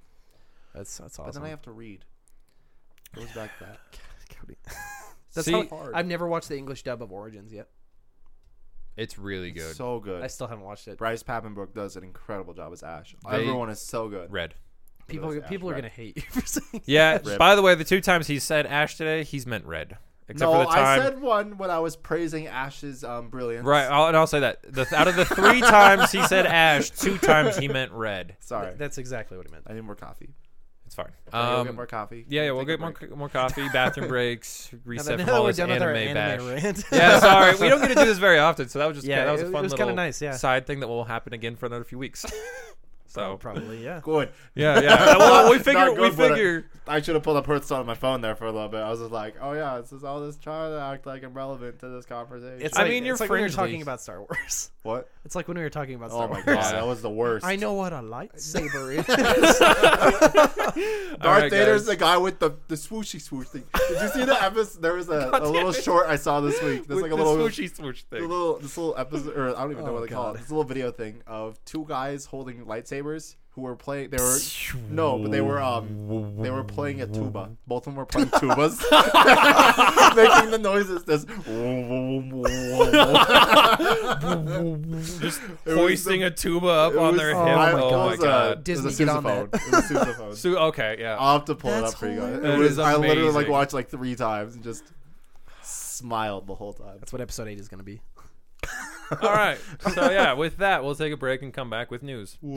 S4: That's that's
S2: But
S4: awesome.
S2: then I have to read. Goes back to that.
S4: Cody. (laughs) That's
S1: See,
S4: how
S2: hard.
S4: I've never watched the English dub of Origins yet.
S1: It's really good.
S2: So good.
S4: I still haven't watched it.
S2: Bryce Pappenbrook does an incredible job as Ash.
S1: They-
S2: Everyone is so good.
S1: Red.
S4: People
S2: Those Ash
S4: people are
S2: Red.
S4: gonna hate you for (laughs) saying
S1: Yeah.
S2: Rip.
S1: By the way, the two times he said Ash today, he's meant red. Except
S2: no,
S1: for the time.
S2: I said one when I was praising Ash's um,
S1: (laughs)
S2: brilliance.
S1: right. I'll, and I'll say that. The, out of
S4: (laughs)
S1: the three times he said Ash, two times he meant red.
S2: Sorry.
S3: That's exactly what he meant.
S2: I need more coffee.
S1: It's fine.
S2: Okay, we'll
S1: Um,
S2: get more coffee.
S1: yeah, yeah,
S2: Take
S1: we'll
S2: a
S1: get more,
S2: break.
S1: co- more coffee,
S4: (laughs)
S1: bathroom breaks,
S4: Now
S1: reset
S4: that- now that we're
S1: hallways,
S4: done
S1: anime,
S4: with our
S1: bash.
S4: anime rant.
S1: (laughs)
S2: (laughs)
S4: (laughs)
S1: yeah, sorry. We don't get to do this very often, so that was just
S3: Yeah,
S1: yeah, that was
S3: it-
S1: a
S3: it
S1: fun
S3: was kinda
S1: little
S3: nice, yeah.
S1: side thing that will happen again for another few
S2: (laughs)
S1: weeks. so
S3: Probably yeah.
S2: Good. (laughs)
S1: yeah, yeah. well, we figure
S2: Not
S1: we
S2: good, but, uh,
S1: figure
S2: I should have pulled up Hearthstone on my phone there for a little bit. I was just like, oh yeah, this is all this trying to act like I'm relevant to this conversation.
S3: It's
S1: I
S3: like,
S1: mean, you're
S3: it's like when we were
S1: fringely-
S3: talking about Star
S4: (laughs)
S3: Wars.
S2: what?
S3: It's like when we were talking about Star
S2: Oh my
S3: Wars.
S2: god, that was the worst.
S3: I know
S4: (laughs)
S3: what a lightsaber is.
S1: All
S2: Darth
S1: right,
S2: Vader's
S1: guys.
S2: the guy with the the swooshy swoosh thing. Did you
S1: (laughs)
S2: see the episode? There was a, a little short I saw this week. There's
S1: with
S2: like
S1: the
S2: a little
S1: swooshy swoosh
S2: the
S1: thing.
S2: little this little episode or I don't even know
S4: Oh,
S2: what they call it.
S4: God.
S2: This little video thing of two guys holding lightsabers who were playing they
S1: (laughs)
S2: were no, but they were um they were playing a tuba. Both of them were playing tubas. (laughs) Making the noises this (laughs)
S1: Just
S2: was
S1: hoisting
S2: the-
S1: a tuba up on their hip.
S2: I- it
S1: Oh my
S2: was a-
S1: god.
S2: It was a
S4: Disney, get on
S2: sousaphone. It was a sousaphone.
S1: (laughs) So okay, yeah.
S2: (laughs) I'll have to pull
S4: That's
S2: it up for you guys. It
S1: hilarious.
S2: was,
S1: That is
S2: I literally like
S1: amazing.
S2: watched like three times and just smiled the whole time.
S4: That's what episode eight is gonna be.
S1: All right. So yeah, with that, we'll take a break and come back with news.
S2: I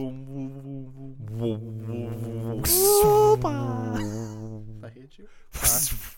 S2: hate you.